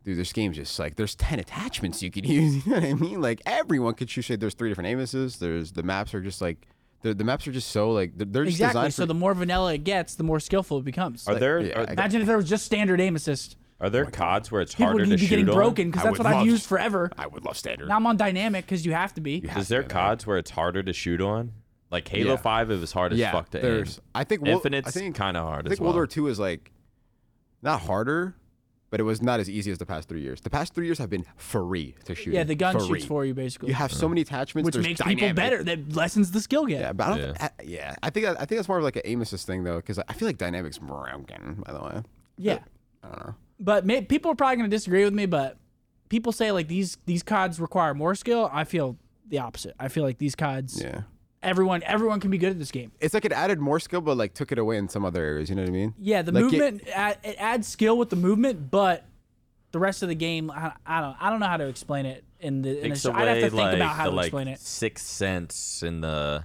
S1: dude. This game's just like there's ten attachments you could use. You know what I mean? Like everyone could choose. There's three different amuses. There's the maps are just like the the maps are just so like they're, they're just
S3: exactly.
S1: designed
S3: So
S1: for
S3: the more vanilla it gets, the more skillful it becomes.
S2: Are there
S1: yeah,
S2: are,
S1: I- oh
S3: Imagine if there was just standard aim assist.
S2: are there cods where it's
S3: People
S2: harder
S3: would
S2: to
S3: be
S2: shoot
S3: getting
S2: on?
S3: broken because
S1: I
S3: that's
S1: would
S3: what I've
S1: love
S3: used
S1: to-
S3: forever.
S1: I would love standard.
S3: Now I'm on dynamic because you have to be.
S1: You have
S2: Is
S1: to
S2: there
S1: be,
S2: cods where it's harder to shoot on? Like Halo
S1: Yeah.
S2: Five, it was hard as
S1: Yeah,
S2: fuck to aim.
S1: there's. I think Wo- I
S2: Infinite's
S1: think
S2: kind of hard
S1: I
S2: as
S1: think
S2: well.
S1: World War II is like not harder, but it was not as easy as the past three years. The past three years have been free to shoot.
S3: Yeah, the gun
S1: Free.
S3: shoots for you basically,
S1: You have so many attachments,
S3: which
S1: there's
S3: makes people
S1: dynamic.
S3: better. That lessens the skill gap.
S1: Yeah, but I don't.
S2: Yeah.
S1: I, yeah, I think I think that's more of like an Amos thing though, because I feel like dynamics broken. By the way,
S3: Yeah.
S1: I don't know.
S3: But may, people are probably going to disagree with me, but people say like these these cods require more skill. I feel the opposite. I feel like these cods
S1: Yeah.
S3: everyone everyone can be good at this game.
S1: It's like it added more skill, but like took it away in some other areas. You know what I mean?
S3: Yeah, the
S1: Like, it-
S3: movement add, it adds skill with the movement, but the rest of the game, I, I don't I don't know how to explain it in the. In the
S2: Takes
S3: show. I'd have to
S2: away,
S3: think about how
S2: the,
S3: to
S2: like,
S3: explain it.
S2: Sixth sense and the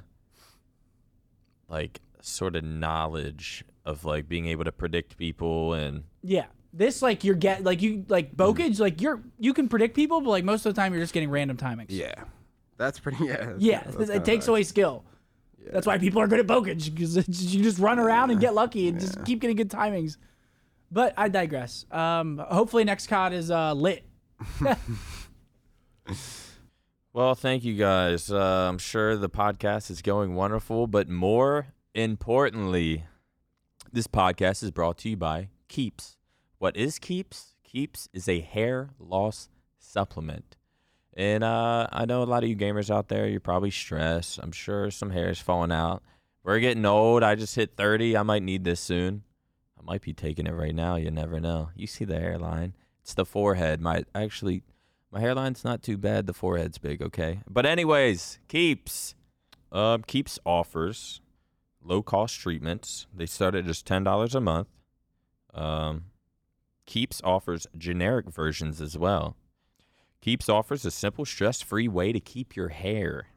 S2: like sort of knowledge of like being able to predict people and
S3: Yeah. This like you're get like you like
S1: Hmm.
S3: Bokage like you're you can predict people but like most of the time you're just getting random timings.
S1: Yeah. That's pretty. Yeah. that's
S3: Yeah,
S1: kinda- that's
S3: it
S1: kinda
S3: takes
S1: nice.
S3: away skill. That's why people are good at Bokage because you just run around and get lucky and just keep getting good timings. But I digress. Um, hopefully next COD is uh, lit.
S2: Well, thank you guys. Uh, I'm sure the podcast is going wonderful, but more importantly, this podcast is brought to you by Keeps. What is Keeps? Keeps is a hair loss supplement. And uh, I know a lot of you gamers out there, you're probably stressed. I'm sure some hair is falling out. We're getting old. I just hit 30. I might need this soon. I might be taking it right now. You never know. You see the hairline. It's the forehead. My actually, my hairline's not too bad. The forehead's big, okay. But anyways, keeps. Um, keeps offers low cost treatments. They start at just ten dollars a month. Um, keeps offers generic versions as well. Keeps offers a simple, stress free way to keep your hair.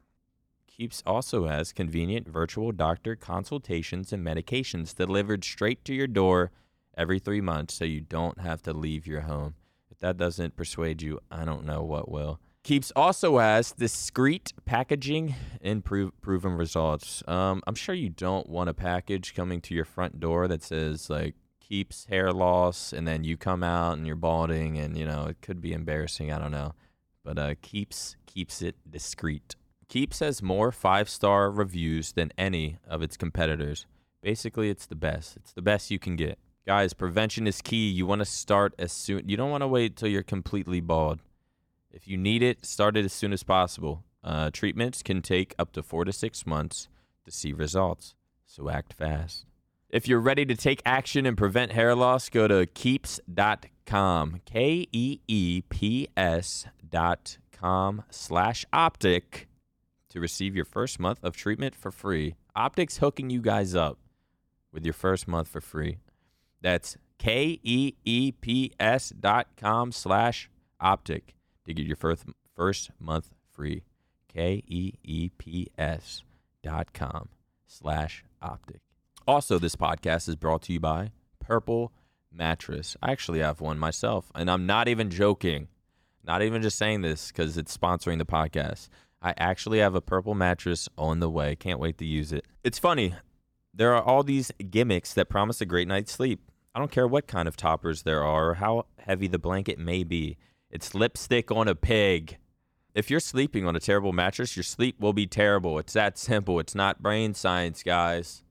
S2: Keeps also has convenient virtual doctor consultations and medications delivered straight to your door every three months so you don't have to leave your home. If that doesn't persuade you, I don't know what will. Keeps also has discreet packaging and prov- proven results. Um, I'm sure you don't want a package coming to your front door that says, like, keeps hair loss, and then you come out and you're balding, and, you know, it could be embarrassing. I don't know but uh, Keeps keeps it discreet. Keeps has more five star reviews than any of its competitors. Basically, it's the best. It's the best you can get. Guys, prevention is key. You want to start as soon. You don't want to wait till you're completely bald. If you need it, start it as soon as possible. Uh, treatments can take up to four to six months to see results, so act fast. If you're ready to take action and prevent hair loss, go to keeps.com. K E E P S dot com slash optic to receive your first month of treatment for free. Optic's hooking you guys up with your first month for free. That's K E E P S dot com slash optic to get your first first month free. K E E P S dot com slash optic. Also, this podcast is brought to you by Purple Mattress. I actually have one myself, and I'm not even joking. Not even just saying this because it's sponsoring the podcast. I actually have a purple mattress on the way. Can't wait to use it. It's funny there are all these gimmicks that promise a great night's sleep. I don't care what kind of toppers there are or how heavy the blanket may be. It's lipstick on a pig. If you're sleeping on a terrible mattress, your sleep will be terrible. It's that simple. It's not brain science, guys.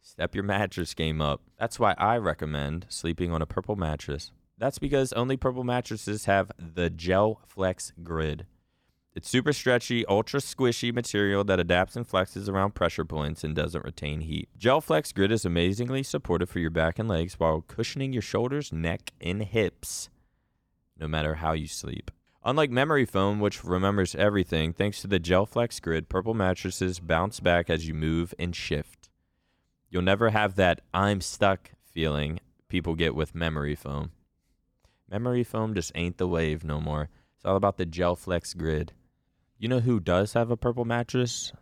S2: Step your mattress game up. That's why I recommend sleeping on a purple mattress. That's because only purple mattresses have the Gel Flex grid. It's super stretchy, ultra squishy material that adapts and flexes around pressure points and doesn't retain heat. GelFlex Grid is amazingly supportive for your back and legs while cushioning your shoulders, neck, and hips no matter how you sleep. Unlike memory foam, which remembers everything, thanks to the GelFlex Grid, purple mattresses bounce back as you move and shift. You'll never have that I'm stuck feeling people get with memory foam. Memory foam just ain't the wave no more. It's all about the GelFlex Grid. You know who does have a purple mattress?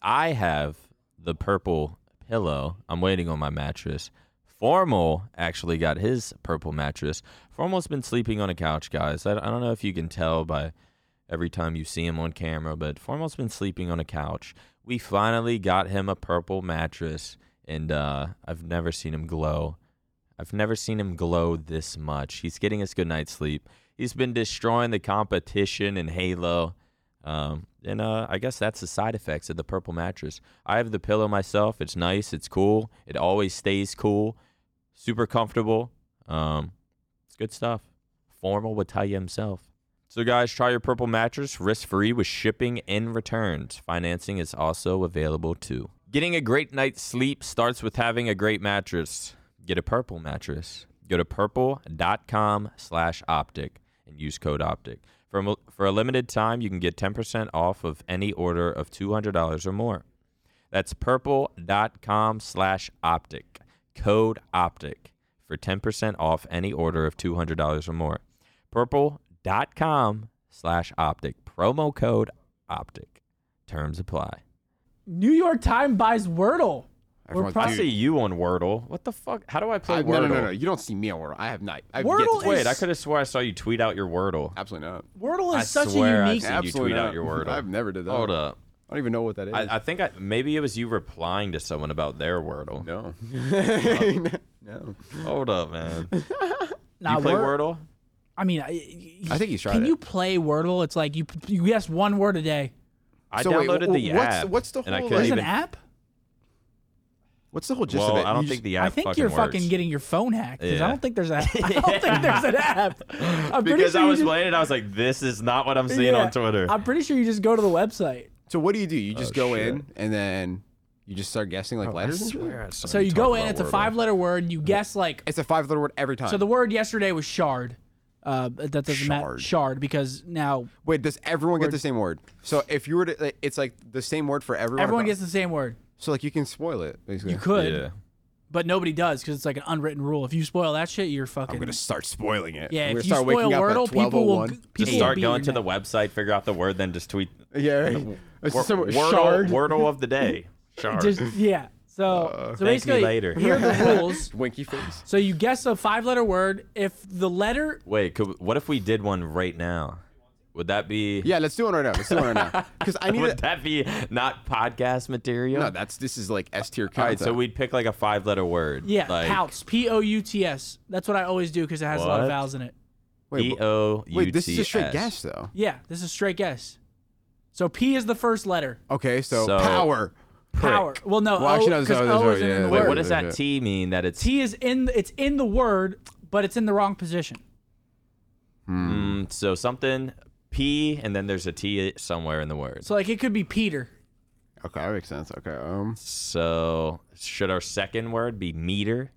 S2: I have the purple pillow. I'm waiting on my mattress. Formal actually got his purple mattress. Formal's been sleeping on a couch, guys. I, I don't know if you can tell by every time you see him on camera, but Formal's been sleeping on a couch. We finally got him a purple mattress, and uh, I've never seen him glow. I've never seen him glow this much. He's getting his good night's sleep. He's been destroying the competition in Halo. Um, and uh, I guess that's the side effects of the purple mattress. I have the pillow myself. It's nice. It's cool. It always stays cool. Super comfortable. Um, it's good stuff. Formal would tell you himself. So, guys, try your purple mattress risk free with shipping and returns. Financing is also available too. Getting a great night's sleep starts with having a great mattress. Get a purple mattress. Go to purple.com slash optic and use code optic. For a, for a limited time, you can get 10% off of any order of $200 or more. That's purple.com slash optic. Code optic for 10% off any order of $200 or more. Purple.com slash optic. Promo code optic. Terms apply.
S3: New York Time buys Wordle.
S1: Everyone's-
S2: I
S3: probably-
S2: see you on Wordle. What the fuck? How do I play
S1: I-
S2: Wordle?
S1: no, no, no, no. You don't see me on Wordle. I have not. I've yet to
S3: Wordle
S1: tweet.
S2: Wait, I could have swore I saw you tweet out your Wordle.
S1: Absolutely not.
S3: Wordle is
S2: I
S3: such a
S2: swear I
S3: unique.
S2: see- you tweet out your Wordle.
S1: I've never did that.
S2: up.
S1: I don't even know what that is.
S2: I, I think I, maybe it was you replying to someone about their Wordle.
S1: no. no.
S2: Hold up, man. Do
S3: Nah,
S2: you play
S3: Word-
S2: Wordle?
S3: I mean, I,
S1: I think he's tried
S3: Can
S1: it.
S3: you play Wordle? It's like you you guess one word a day.
S2: I
S1: So wait,
S2: downloaded
S1: wh-
S2: the
S1: wh- what's-
S2: app.
S1: what's the
S2: and I
S1: whole,
S2: couldn't
S1: like-
S3: There's
S2: even,
S3: an app.
S1: What's the whole gist
S2: Well,
S1: of it?
S2: I don't
S1: You
S2: think
S1: just-
S2: the app.
S3: I think you're
S2: works.
S3: fucking getting your phone hacked because
S2: Yeah.
S3: I don't think there's a. I don't think there's an app. I'm pretty
S2: Because
S3: sure
S2: I
S3: you
S2: was
S3: just-
S2: playing it, I was like, "This is not what I'm seeing
S3: yeah,
S2: on Twitter."
S3: I'm pretty sure you just go to the website.
S1: So what do you do? You just
S2: Oh,
S1: go
S2: shit.
S1: in and then you just start guessing
S3: Oh,
S1: like letters. and shit?
S3: So you go in. It's a five-letter word. You guess like
S1: It's a five-letter word every time.
S3: So the word yesterday was shard. Uh, that doesn't matter.
S1: Shard.
S3: Shard because now
S1: Wait, does everyone get the same word? So if you were to, like, it's like the same word for everyone.
S3: everyone
S1: across-
S3: gets the same word.
S1: So like you can spoil it. Basically.
S3: You could,
S2: Yeah.
S3: but nobody does because it's like an unwritten rule. If you spoil that shit, you're fucking.
S1: I'm gonna start spoiling it.
S3: yeah,
S1: I'm gonna
S3: if you
S1: start
S3: spoil
S1: waking up at
S3: Wordle, people will.
S1: 12:01.
S3: g- People
S2: Just
S3: will
S2: start
S3: be
S2: going oh to
S3: your
S2: the
S3: neck.
S2: website, figure out the word, then just tweet
S1: Yeah. Right. It's
S2: wor-
S1: just some-
S2: Wordle,
S1: shard.
S2: Wordle of the day. Shard.
S3: Just, yeah. So, so
S2: me
S3: basically,
S2: Uh, later.
S3: here are the rules.
S1: Winky face.
S3: So you guess a five-letter word. If the letter
S2: Wait, could, what if we did one right now? Would that be?
S1: Yeah, let's do one right now. Let's do one right now. Because I need.
S2: Would
S1: to
S2: that be not podcast material?
S1: no, that's this is like S tier
S2: All right,
S1: content.
S2: so we'd pick like a five-letter word.
S3: yeah,
S2: like
S3: pouts, p-o-u-t-s. That's what I always do because it has a lot of
S2: What?
S3: vowels in it.
S1: wait,
S2: E
S1: but-
S2: O U T S.
S1: wait, this is a straight guess though.
S3: Yeah, this is a straight guess. So P is the first letter.
S1: Okay, so,
S2: So-
S1: power.
S3: Power. Well, no.
S1: Well, actually,
S3: o,
S1: no,
S3: 'cause
S1: no,
S3: o
S1: no,
S3: isn't
S1: yeah,
S3: in the
S1: yeah,
S2: Wait,
S3: word.
S2: what does
S1: Yeah.
S2: that T mean? That it's
S3: T is in. It's in the word, but it's in the wrong position.
S2: mm, so something P, and then there's a T somewhere in the word.
S3: So like it could be Peter.
S1: Okay, that makes sense. Okay, um,
S2: So should our second word be meter?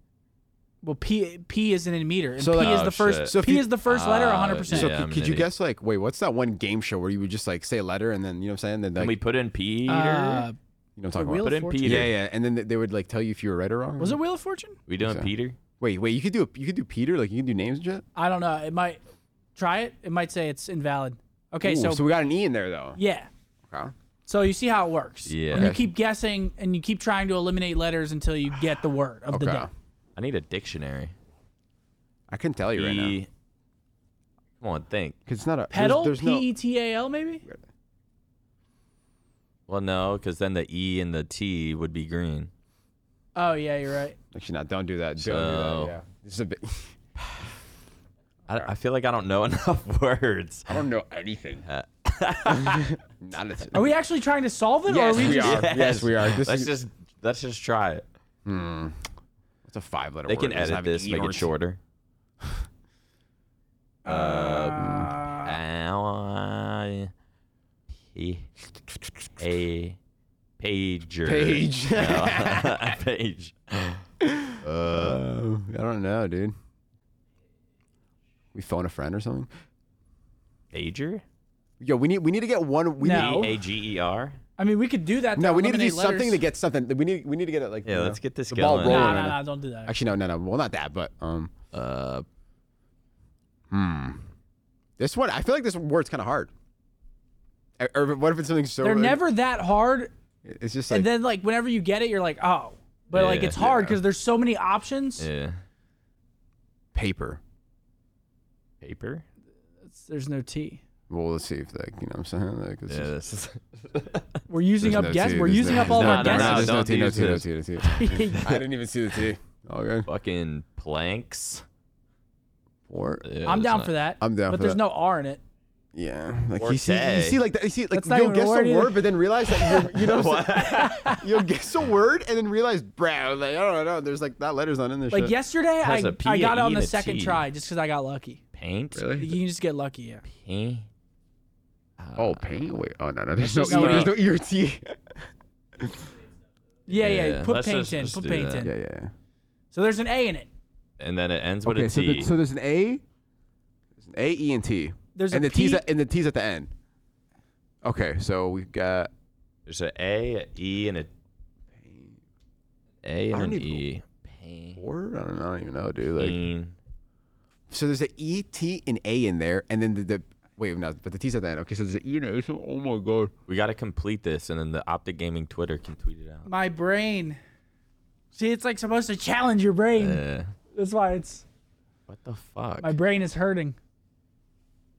S3: Well, P P isn't in meter. And
S1: So,
S3: P
S1: like-
S3: is
S2: Oh,
S3: the first.
S2: shit.
S1: So if
S3: P
S1: you-
S3: is the first letter.
S2: Ah,
S3: 100.
S1: so
S3: percent
S2: Yeah,
S1: c-
S2: I'm
S1: could
S2: an
S1: you
S2: idiot.
S1: guess like, wait, what's that one game show where you would just like say a letter and then you know what I'm saying? Then like,
S2: Can we put in Peter?
S3: Uh,
S1: you know what I'm talking
S3: Wheel
S1: about?
S2: put
S3: of
S2: in
S3: Fortune.
S2: Peter.
S1: Yeah, yeah, and then th- they would like tell you if you were right or wrong.
S3: Was it Wheel of Fortune?
S2: We doing
S1: Okay.
S2: Peter?
S1: Wait, wait, you could do you could do Peter, like you can do names and shit.
S3: I don't know. It might try it. It might say it's invalid. Okay,
S1: Ooh,
S3: so,
S1: we got an E in there though.
S3: yeah.
S1: Okay.
S3: So you see how it works.
S2: Yeah.
S3: You
S2: Okay.
S3: keep guessing and you keep trying to eliminate letters until you get the word of the day.
S1: Okay.
S2: I need a dictionary.
S1: I couldn't tell you right now
S2: E- Come on, think.
S1: because it's not a
S3: Pedal.
S1: There's, there's
S3: P
S1: no.
S3: E T A L maybe.
S2: Well, no, because then the E and the T would be green.
S3: Oh yeah, you're right.
S1: Actually, not. Don't do that. Don't do
S2: So-
S1: that. Yeah. This is a bit.
S2: I, I feel like I don't know enough words.
S1: I don't know anything. not a.
S3: Are we actually trying to solve it? or are we, just,
S1: are. Yes, we are. This
S2: let's
S1: is-
S2: just let's just try it.
S1: It's a five letter.
S2: They can edit
S1: E
S2: this, make it shorter. Uh, I- P- a pager.
S1: Page.
S2: No, page.
S1: Uh, I don't know, dude. We phone a friend or something.
S2: Pager.
S1: Yo, we need we need to get one. We
S3: No.
S1: Need,
S2: A G E R.
S3: I mean, we could do that.
S1: no, we need to do
S3: eliminate
S1: something to
S3: letters.
S1: get something. We need we need to get it like.
S2: Yeah,
S1: you
S2: let's
S1: know,
S2: get this
S1: the ball
S2: going.
S1: rolling.
S2: Nah,
S3: Nah,
S1: right
S3: nah,
S1: now.
S3: nah, don't do that.
S1: Actually, no, no, no. Well, not that, but um, hmm.
S2: Uh,
S1: this one I feel like this word's kind of hard. Or- Or what if it's something so?
S3: They're never that hard,
S1: It's just like.
S3: and then like whenever you get it, you're like, oh, but like
S2: Yeah.
S3: it's hard because there's so many options.
S2: yeah.
S1: paper.
S2: Paper.
S3: There's no T.
S1: Well, let's see if like you know what I'm saying. Like, it's
S2: Yeah.
S1: just-
S2: This is,
S3: We're using
S1: there's
S3: up
S1: no
S3: guess.
S1: T,
S3: We're
S1: there's
S3: using
S1: no-
S3: up all of
S2: no,
S3: our
S2: no, no,
S3: guesses.
S1: there's no
S2: don't
S1: T, no
S2: use
S1: T, no
S2: this.
S1: T, no T, no T. I didn't even see the T. Oh, good.
S2: fucking planks.
S1: Or
S2: Yeah,
S3: I'm
S2: it's
S3: down
S2: not-
S3: for that.
S1: I'm down
S3: But
S1: for
S3: there's
S1: that.
S3: no R in it.
S1: yeah, like
S2: Or
S1: you see, you
S2: say.
S1: see like that. You see like
S3: That's not
S1: you'll
S3: even a
S1: guess
S3: word
S1: a
S3: either.
S1: word, but then realize that you're, you know what I'm saying? you'll guess a word and then realize, bro, like I don't know. There's like that letter's not in this.
S3: Like
S1: shit.
S3: yesterday, I,
S2: Has a P,
S3: I got
S2: a
S3: it on
S2: E,
S3: the
S2: and a
S3: second
S2: T.
S3: try just because I got lucky.
S2: Paint.
S3: You can just get lucky. Yeah.
S2: Paint.
S1: Oh, paint. Wait. Oh no, no. There's no.
S3: just no
S1: E, there's
S3: E.
S1: no E or T.
S3: Yeah, yeah.
S2: Yeah,
S3: Put
S2: let's
S3: paint
S2: just-
S3: in.
S2: just
S3: Put
S2: do
S3: paint
S2: that.
S1: Yeah,
S3: in.
S1: yeah.
S3: So there's an A in it.
S2: and then it ends with
S1: okay,
S2: a
S1: so,
S2: T.
S1: th- so there's an A, there's an A, E, and T.
S3: There's
S1: and
S3: a
S1: the T's
S3: P-
S1: at, and the T's at the end. Okay, so we got
S2: There's an A, an E, and a A
S1: I
S2: and
S1: don't
S2: an
S1: even-
S2: E. Pain.
S1: word. I don't, know, I don't even know, dude. Like,
S2: Pain.
S1: so there's an E, T, and A in there, and then the, the wait, no, but the T's at the end. Okay, so there's an E and A. So, oh my god.
S2: We got to complete this, and then the Optic Gaming Twitter can tweet it out.
S3: My brain. See, it's like supposed to challenge your brain.
S2: Uh,
S3: That's why it's
S2: what the fuck?
S3: my brain is hurting.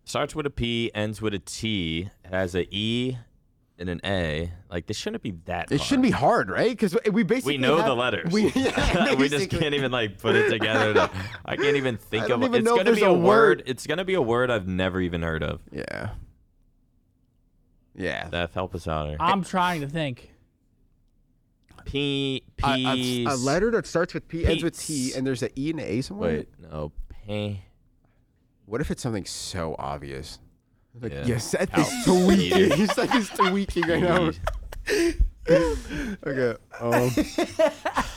S2: Starts with a P, ends with a T, has an E and an A. Like this shouldn't be that.
S1: It
S2: hard.
S1: shouldn't be hard, right? Because we basically
S2: We know
S1: have-
S2: the letters.
S1: We,
S2: We,
S1: yeah,
S2: just
S1: basically.
S2: can't even like put it together. to- I can't even think
S1: I don't
S2: of.
S1: even
S2: it's
S1: know if
S2: gonna
S1: there's
S2: be a,
S1: a word.
S2: word. It's gonna be a word I've never even heard of.
S1: Yeah. Yeah.
S2: Beth, help us out here.
S3: I'm trying to think.
S2: P P
S1: A- a, a letter that starts with P ends with T,
S2: Pete's.
S1: and there's an E and an A somewhere.
S2: Wait, no. P.
S1: What if it's something so obvious? Like,
S2: Yeah.
S1: yes, that
S2: Out.
S1: is tweaking.
S2: Peter.
S1: He's like, he's tweaking right now.
S2: Peter.
S1: Okay. Um,
S2: I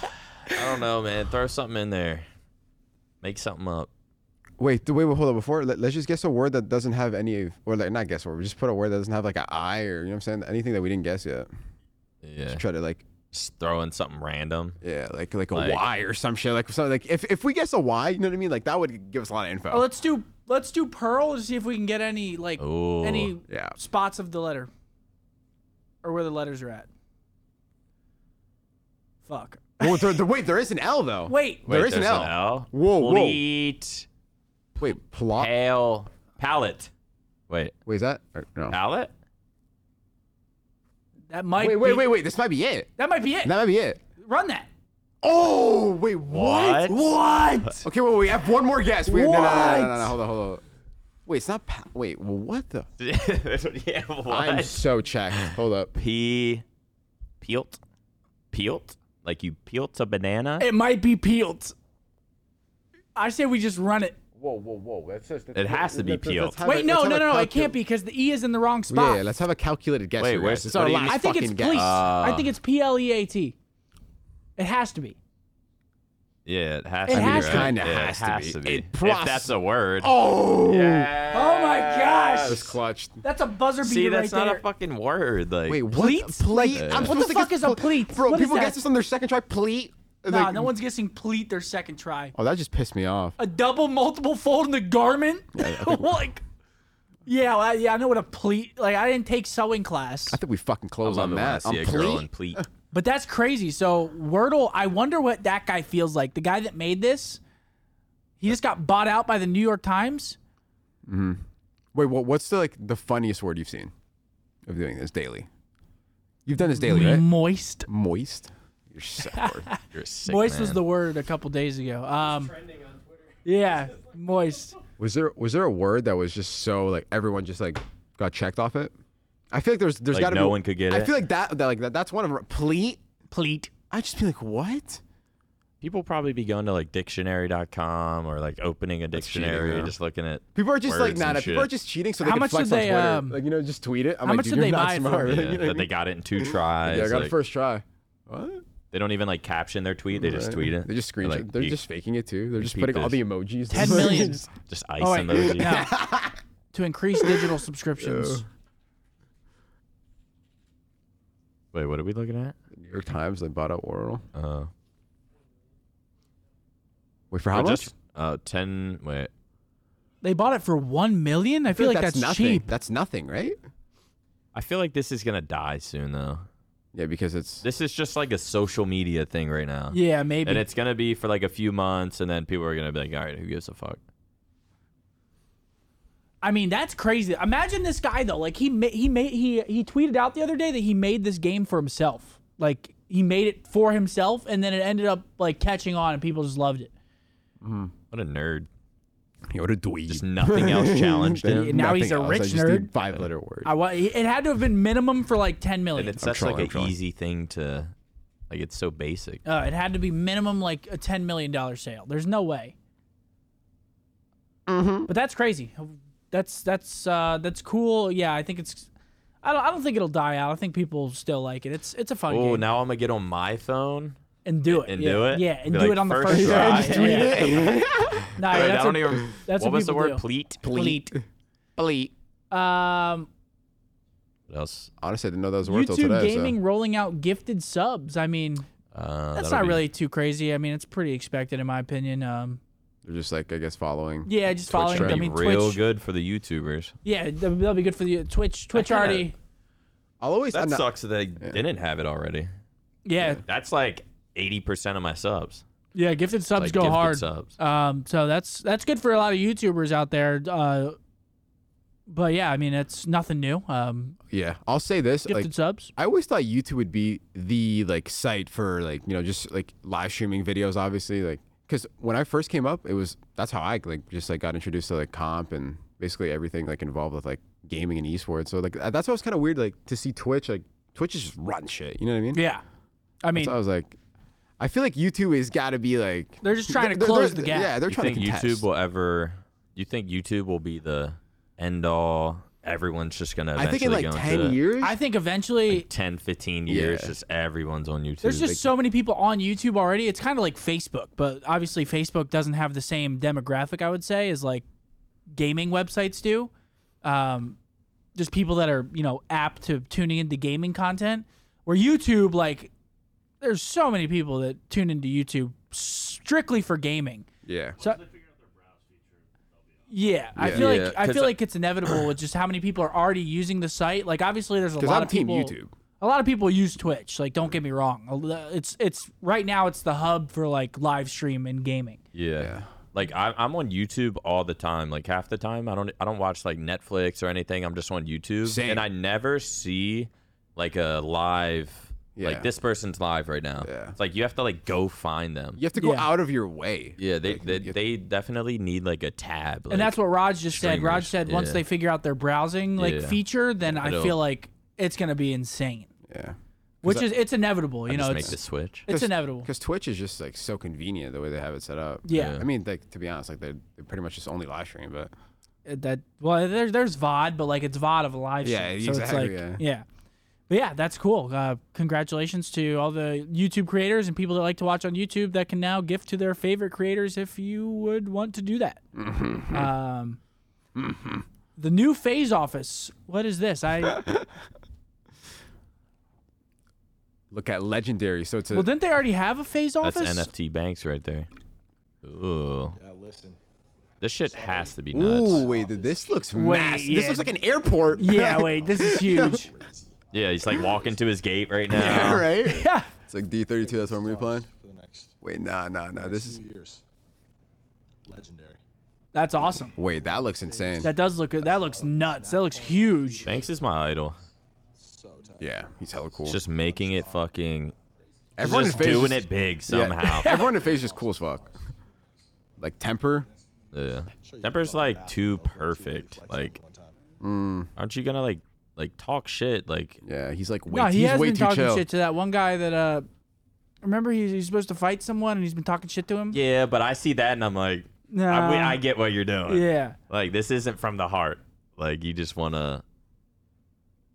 S2: don't know, man. Throw something in there. Make something up.
S1: wait, th- wait, wait, hold on. Before, let, us just guess a word that doesn't have any, of- or like, not guess a word. We just put a word that doesn't have like an I or, you know what I'm saying? Anything that we didn't guess yet.
S2: Yeah.
S1: Just try to like,
S2: Just throw in something random.
S1: yeah, like like a Y
S2: Like-
S1: or some shit. Like, something like if, if we guess a Y, you know what I mean? Like, that would give us a lot of info.
S3: Oh, let's do let's do Pearl to see if we can get any like
S2: Ooh.
S3: any
S1: yeah.
S3: spots of the letter or where the letters are at. Fuck.
S1: Well, there, there- wait, there is an L though.
S3: Wait.
S1: there
S2: Wait,
S1: is an
S2: there's
S1: L. Whoa,
S2: Whoa,
S1: whoa. Uh,
S2: whoa. Pleat.
S1: Wait, plot.
S2: Pale. Palette. Wait,
S1: Wait, is that or, no?
S2: palette?
S3: That might
S1: Wait, wait,
S3: be-
S1: wait, wait. This might be it.
S3: That might be it.
S1: That might be it.
S3: Run that.
S1: Oh, wait, what?
S2: What?
S1: What? Okay, wait, wait, we have one more guess. We, no, no, no, no, no, no,
S3: What?
S1: no, hold on, hold on. Wait, it's not. Pa- wait, what the?
S2: yeah,
S1: I'm
S2: what?
S1: so checked. Hold up.
S2: P. Peeled. Peeled? Like you peeled a banana?
S3: It might be peeled. I say we just run it.
S1: Whoa, whoa, whoa. That's just,
S2: It has to be let's- let's peeled. have
S3: Wait, no, no, no, no. It can't be because the E is in the wrong
S1: Yeah,
S3: spot.
S1: yeah, let's have a calculated guess.
S2: Wait,
S1: here,
S2: where's-
S1: guys. It's
S2: what
S1: our
S2: do you
S1: last
S2: mean?
S3: I think it's
S1: fucking guess.
S3: pleat. I
S2: Uh,
S3: think it's P L E A T. It has to be.
S2: Yeah, it has
S3: It
S2: to be.
S3: has
S2: right?
S3: to be.
S1: Kinda
S2: yeah,
S1: has
S2: it
S1: to
S2: has
S1: be.
S2: to
S1: It
S2: be.
S1: process-
S2: if that's a word.
S1: oh,
S3: Oh my gosh.
S1: just clutched.
S3: That's a buzzer beater
S2: See, that's
S3: right
S2: not
S3: there.
S2: a fucking word. Like,
S1: Wait, what?
S3: Pleat?
S1: Pleat?
S3: Like,
S1: I'm
S3: what
S1: supposed
S3: the
S1: to
S3: fuck
S1: guess
S3: is a
S1: pl-
S3: pleat?
S1: Bro,
S3: What is
S1: people
S3: that?
S1: guess this on their second try. Pleat.
S3: Nah,
S1: Like-
S3: no one's guessing pleat their second try.
S1: Oh, that just pissed me off.
S3: A double multiple fold in the garment? like, yeah, well, I, yeah, I know what a pleat, like, I didn't take sewing class.
S1: I think we fucking close
S2: love
S1: on
S2: it when I
S1: that.
S2: see
S1: on
S2: a girl
S1: pleat?
S2: in pleat.
S3: But that's crazy. So, Wordle, I wonder what that guy feels like. The guy that made this, he just got bought out by the New York Times.
S1: Wait, what, what's the like the funniest word you've seen of doing this daily? You've done this daily, right?
S3: Moist.
S1: Moist. You're so hard.
S2: You're a sick.
S3: moist was
S2: man.
S3: the word a couple days ago. Um,
S4: Trending on Twitter.
S3: yeah, moist.
S1: was there was there a word that was just so like everyone just like got checked off it? I feel like there's there's
S2: Like,
S1: gotta be
S2: no one could get
S1: I
S2: it?
S1: feel like that, that like that, that's one of them. Pleat.
S3: Pleat.
S1: I just be like, what?
S2: People probably be going to like dictionary.com or like opening a
S1: cheating,
S2: dictionary,
S1: yeah.
S2: just looking at.
S1: People are just
S2: words
S1: like, nah,
S2: and
S1: nah, people
S2: shit.
S1: are just cheating so they
S3: How
S1: can
S3: much
S1: flex
S3: did
S1: on
S3: they,
S1: Twitter.
S3: um,
S1: like you know, just tweet it. I'm
S3: how
S1: like,
S3: much
S1: dude,
S3: did
S1: you're
S3: they
S1: not
S3: buy it
S1: smart.
S3: for?
S1: You
S2: Yeah,
S1: know what I
S2: that they
S1: mean? Mm-hmm.
S2: got it in two
S1: Yeah,
S2: tries.
S1: I got
S2: like,
S1: a first try. What?
S2: They don't even like caption their tweet. They just
S1: Right.
S2: tweet it.
S1: They just screenshot.
S2: Like,
S1: They're
S2: you-
S1: just faking it too. They're just
S2: peep
S1: putting all
S2: this.
S1: the emojis.
S3: 10 million.
S2: just ice
S3: Oh, wait,
S2: emoji.
S3: no. to increase digital subscriptions.
S2: Wait, what are we looking at?
S1: New York Times. They bought out Oral.
S2: Uh,
S1: Wait for how
S2: but
S1: much?
S2: Just, uh, ten. Wait,
S3: They bought it for one million. I feel like that's,
S1: nothing.
S3: cheap.
S1: That's nothing, right?
S2: I feel like this is gonna die soon though.
S1: Yeah, because it's
S2: This is just like a social media thing right now.
S3: Yeah, maybe.
S2: And it's gonna be for like a few months, and then people are gonna be like, "All right, who gives a fuck?"
S3: I mean, that's crazy. Imagine this guy though. Like he ma- he made he he tweeted out the other day that he made this game for himself. Like he made it for himself, and then it ended up like catching on, and people just loved it.
S2: What a nerd!
S1: yo, what a dweeb.
S2: Just nothing else challenged him.
S3: now he's a rich nerd.
S1: Five letter word.
S3: I wa- it had to have been minimum for like ten
S2: And
S3: million.
S2: it's such
S1: trolling, I'm
S2: like an
S1: trolling.
S2: easy thing to, like, it's so basic.
S3: Uh, it had to be minimum like a ten million dollar sale. There's no way. But that's crazy. That's that's uh, that's cool. Yeah, I think it's. I don't. I don't think it'll die out. I think people still like it. It's it's a fun
S2: Oh,
S3: game.
S2: now I'm gonna get on my phone
S3: and do it.
S2: and
S3: yeah.
S2: do it.
S3: Yeah, and
S2: Be
S3: do
S2: like,
S3: it on the
S2: first
S3: first
S2: try.
S3: try.
S2: Yeah, just
S3: Yeah.
S1: it.
S3: Nah,
S2: Wait,
S3: that's
S2: I don't
S3: a-
S2: even.
S3: that's
S2: what
S3: what
S2: was the
S3: people
S2: word?
S3: do.
S2: Pleat.
S3: Bleat.
S2: Pleat.
S3: Um,
S2: What else?
S1: Honestly, I didn't know that was a word till
S3: YouTube
S1: today. so-
S3: gaming rolling out gifted subs. I mean,
S2: Uh,
S3: that's
S2: that'll
S3: not
S2: be-
S3: really too crazy. I mean, it's pretty expected in my opinion. Um,
S1: They're just like, I guess, following.
S3: yeah, just
S1: Twitch
S3: following.
S1: trend.
S3: I
S2: That'd be
S3: mean,
S2: real
S3: Twitch.
S2: good for the YouTubers.
S3: Yeah, that'll that'll be good for the uh, Twitch. Twitch
S2: kinda-
S3: already.
S1: I'll always.
S2: That
S1: I'm not-
S2: sucks that they didn't have it already.
S3: Yeah,
S2: That's like eighty percent of my subs.
S3: yeah. Gifted subs
S2: Like
S3: go
S2: gifted
S3: hard.
S2: subs.
S3: Um, so that's that's good for a lot of YouTubers out there. Uh, but yeah, I mean, it's nothing new. Um,
S1: Yeah, I'll say this.
S3: gifted
S1: Like,
S3: subs.
S1: I always thought YouTube would be the like site for like you know just like live streaming videos. Obviously, like because when I first came up, it was that's how I like just like got introduced to like comp and basically everything like involved with like gaming and esports. So like that's why it's kind of weird like to see Twitch like Twitch is just run shit. You know what I mean?
S3: Yeah, I mean,
S1: So I was like, I feel like YouTube has got to be like
S3: They're just trying to
S1: they're-
S3: close
S1: they're-
S3: the gap.
S1: Yeah, they're
S2: you
S1: trying
S2: think
S1: to contest.
S2: YouTube will ever? You think YouTube will be the end all? Everyone's just gonna.
S1: I
S2: Eventually
S1: think in like
S2: go into
S1: ten
S2: it.
S1: years.
S3: I think eventually
S2: 10, 15 years,
S1: Yeah.
S2: just everyone's on YouTube.
S3: There's just so many people on YouTube already. It's kind of like Facebook, but obviously Facebook doesn't have the same demographic I would say as like gaming websites do. Um, just people that are you know apt to tuning into gaming content. Where YouTube, like, there's so many people that tune into YouTube strictly for gaming.
S1: yeah,
S3: So. Yeah, I feel
S2: Yeah.
S3: like
S2: Yeah,
S3: I
S2: 'cause
S3: feel like it's inevitable with just how many people are already using the site. Like obviously there's a
S1: because
S3: lot
S1: I'm
S3: of
S1: team
S3: people
S1: YouTube.
S3: a lot of people use Twitch. Like, don't get me wrong. It's it's right now it's the hub for like live stream and gaming.
S2: yeah.
S1: Yeah.
S2: Like I, I'm on YouTube all the time. Like half the time, I don't I don't watch like Netflix or anything. I'm just on YouTube,
S1: Same.
S2: and I never see like a live.
S1: Yeah.
S2: Like this person's live right now.
S1: Yeah.
S2: It's like you have to like go find them.
S1: You have to go
S3: Yeah.
S1: out of your way.
S2: Yeah, they
S1: Like,
S2: they,
S1: you-
S2: they definitely need like a tab.
S3: and that's what Raj just said. Raj
S2: streamers,
S3: said once
S2: yeah.
S3: they figure out their browsing like
S2: Yeah.
S3: feature, then I
S2: It'll-
S3: feel like it's gonna be insane.
S1: Yeah.
S3: Which is it's inevitable. You know,
S2: just make
S3: it's,
S2: the switch.
S3: it's inevitable.
S1: Because Twitch is just like so convenient the way they have it set up.
S3: Yeah.
S1: I mean, like to be honest, like they're, they're pretty much just only live stream, but
S3: It- That well, there's there's VOD, but like it's VOD of a live
S1: Yeah,
S3: stream. So
S1: exactly,
S3: it's
S1: yeah.
S3: like yeah. But yeah, that's cool. Uh, congratulations to all the YouTube creators and people that like to watch on YouTube that can now gift to their favorite creators if you would want to do that.
S1: Mm-hmm.
S3: Um, the new phase office. What is this? I
S1: look at legendary. So it's a
S3: well, didn't they already have a phase
S2: That's
S3: office?
S2: NFT banks right there. Ooh,
S5: Now listen.
S2: this shit has to be nuts.
S1: ooh wait, dude, this looks
S3: Wait,
S1: massive.
S3: yeah.
S1: This looks like an airport.
S3: yeah, wait, this is huge.
S2: Yeah, he's like walking to his gate right now.
S1: right.
S3: yeah,
S1: It's like D thirty two. That's what I'm replaying.
S5: For the next
S1: Wait, nah, nah, nah. This is
S5: two years. Legendary.
S3: that's awesome.
S1: wait. That looks insane.
S3: That does look. That looks nuts. That looks huge.
S2: Banks is my idol.
S5: So tight.
S1: Yeah, he's hella cool.
S2: Just making it fucking.
S1: everyone
S2: Just
S1: in Phase
S2: doing
S1: is-
S2: it big
S1: yeah,
S2: somehow.
S1: everyone in phase is cool as fuck. Like temper.
S2: Yeah. Temper's like too perfect. Like,
S5: One time.
S2: aren't you gonna like like talk shit? Like,
S1: Yeah, he's like way.
S3: No, he
S1: he's
S3: has
S1: way
S3: been
S1: too
S3: talking
S1: chill.
S3: shit to that one guy that uh remember he's, he's supposed to fight someone and he's been talking shit to him?
S2: yeah, but I see that and I'm like, I, we-
S3: Nah.
S2: I get what you're doing.
S3: Yeah.
S2: Like this isn't from the heart. Like you just wanna.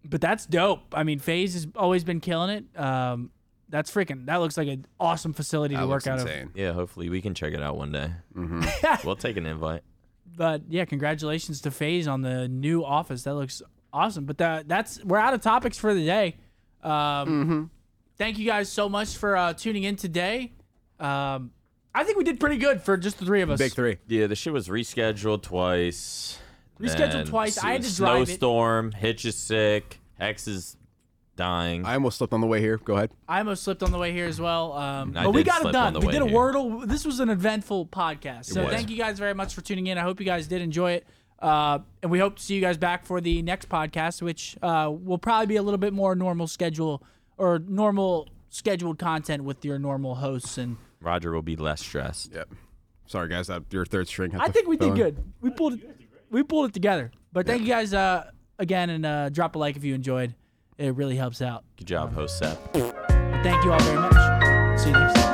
S3: But that's dope. I mean, FaZe has always been killing it. Um that's freaking that looks like an awesome facility
S1: That
S3: to
S1: looks
S3: work out
S1: insane.
S2: Yeah, hopefully we can check it out one day. we'll take an invite.
S3: of. But yeah, congratulations to FaZe on the new office. That looks awesome. But that that's we're out of topics for the day. Um
S1: Mm-hmm.
S3: thank you guys so much for uh tuning in today. Um I think we did pretty good for just the three of us.
S1: Big three.
S2: Yeah, the shit was rescheduled twice.
S3: Rescheduled
S2: then
S3: twice. I had to drive it.
S2: Snowstorm. Hitch is sick. Hex is dying.
S1: I almost slipped on the way here. Go ahead.
S3: I almost slipped on the way here as well. Um,
S2: I
S3: but we
S2: did
S3: got it
S2: slip
S3: done.
S2: on the
S3: We
S2: way
S3: did a
S2: here.
S3: wordle. This was an eventful podcast. So
S2: was.
S3: thank you guys very much for tuning in. I hope you guys did enjoy it. Uh, and we hope to see you guys back for the next podcast, which uh, will probably be a little bit more normal schedule or normal scheduled content with your normal hosts. And
S2: Roger will be less stressed.
S1: Yep. Sorry guys, that your third string. had
S3: I
S1: to
S3: think we
S1: fill
S3: did
S1: in.
S3: good. We pulled it. We pulled it together. But thank you guys uh, again, and uh, drop a like if you enjoyed. It really helps out.
S2: Good job, host Seth.
S3: Thank you all very much. See you next time.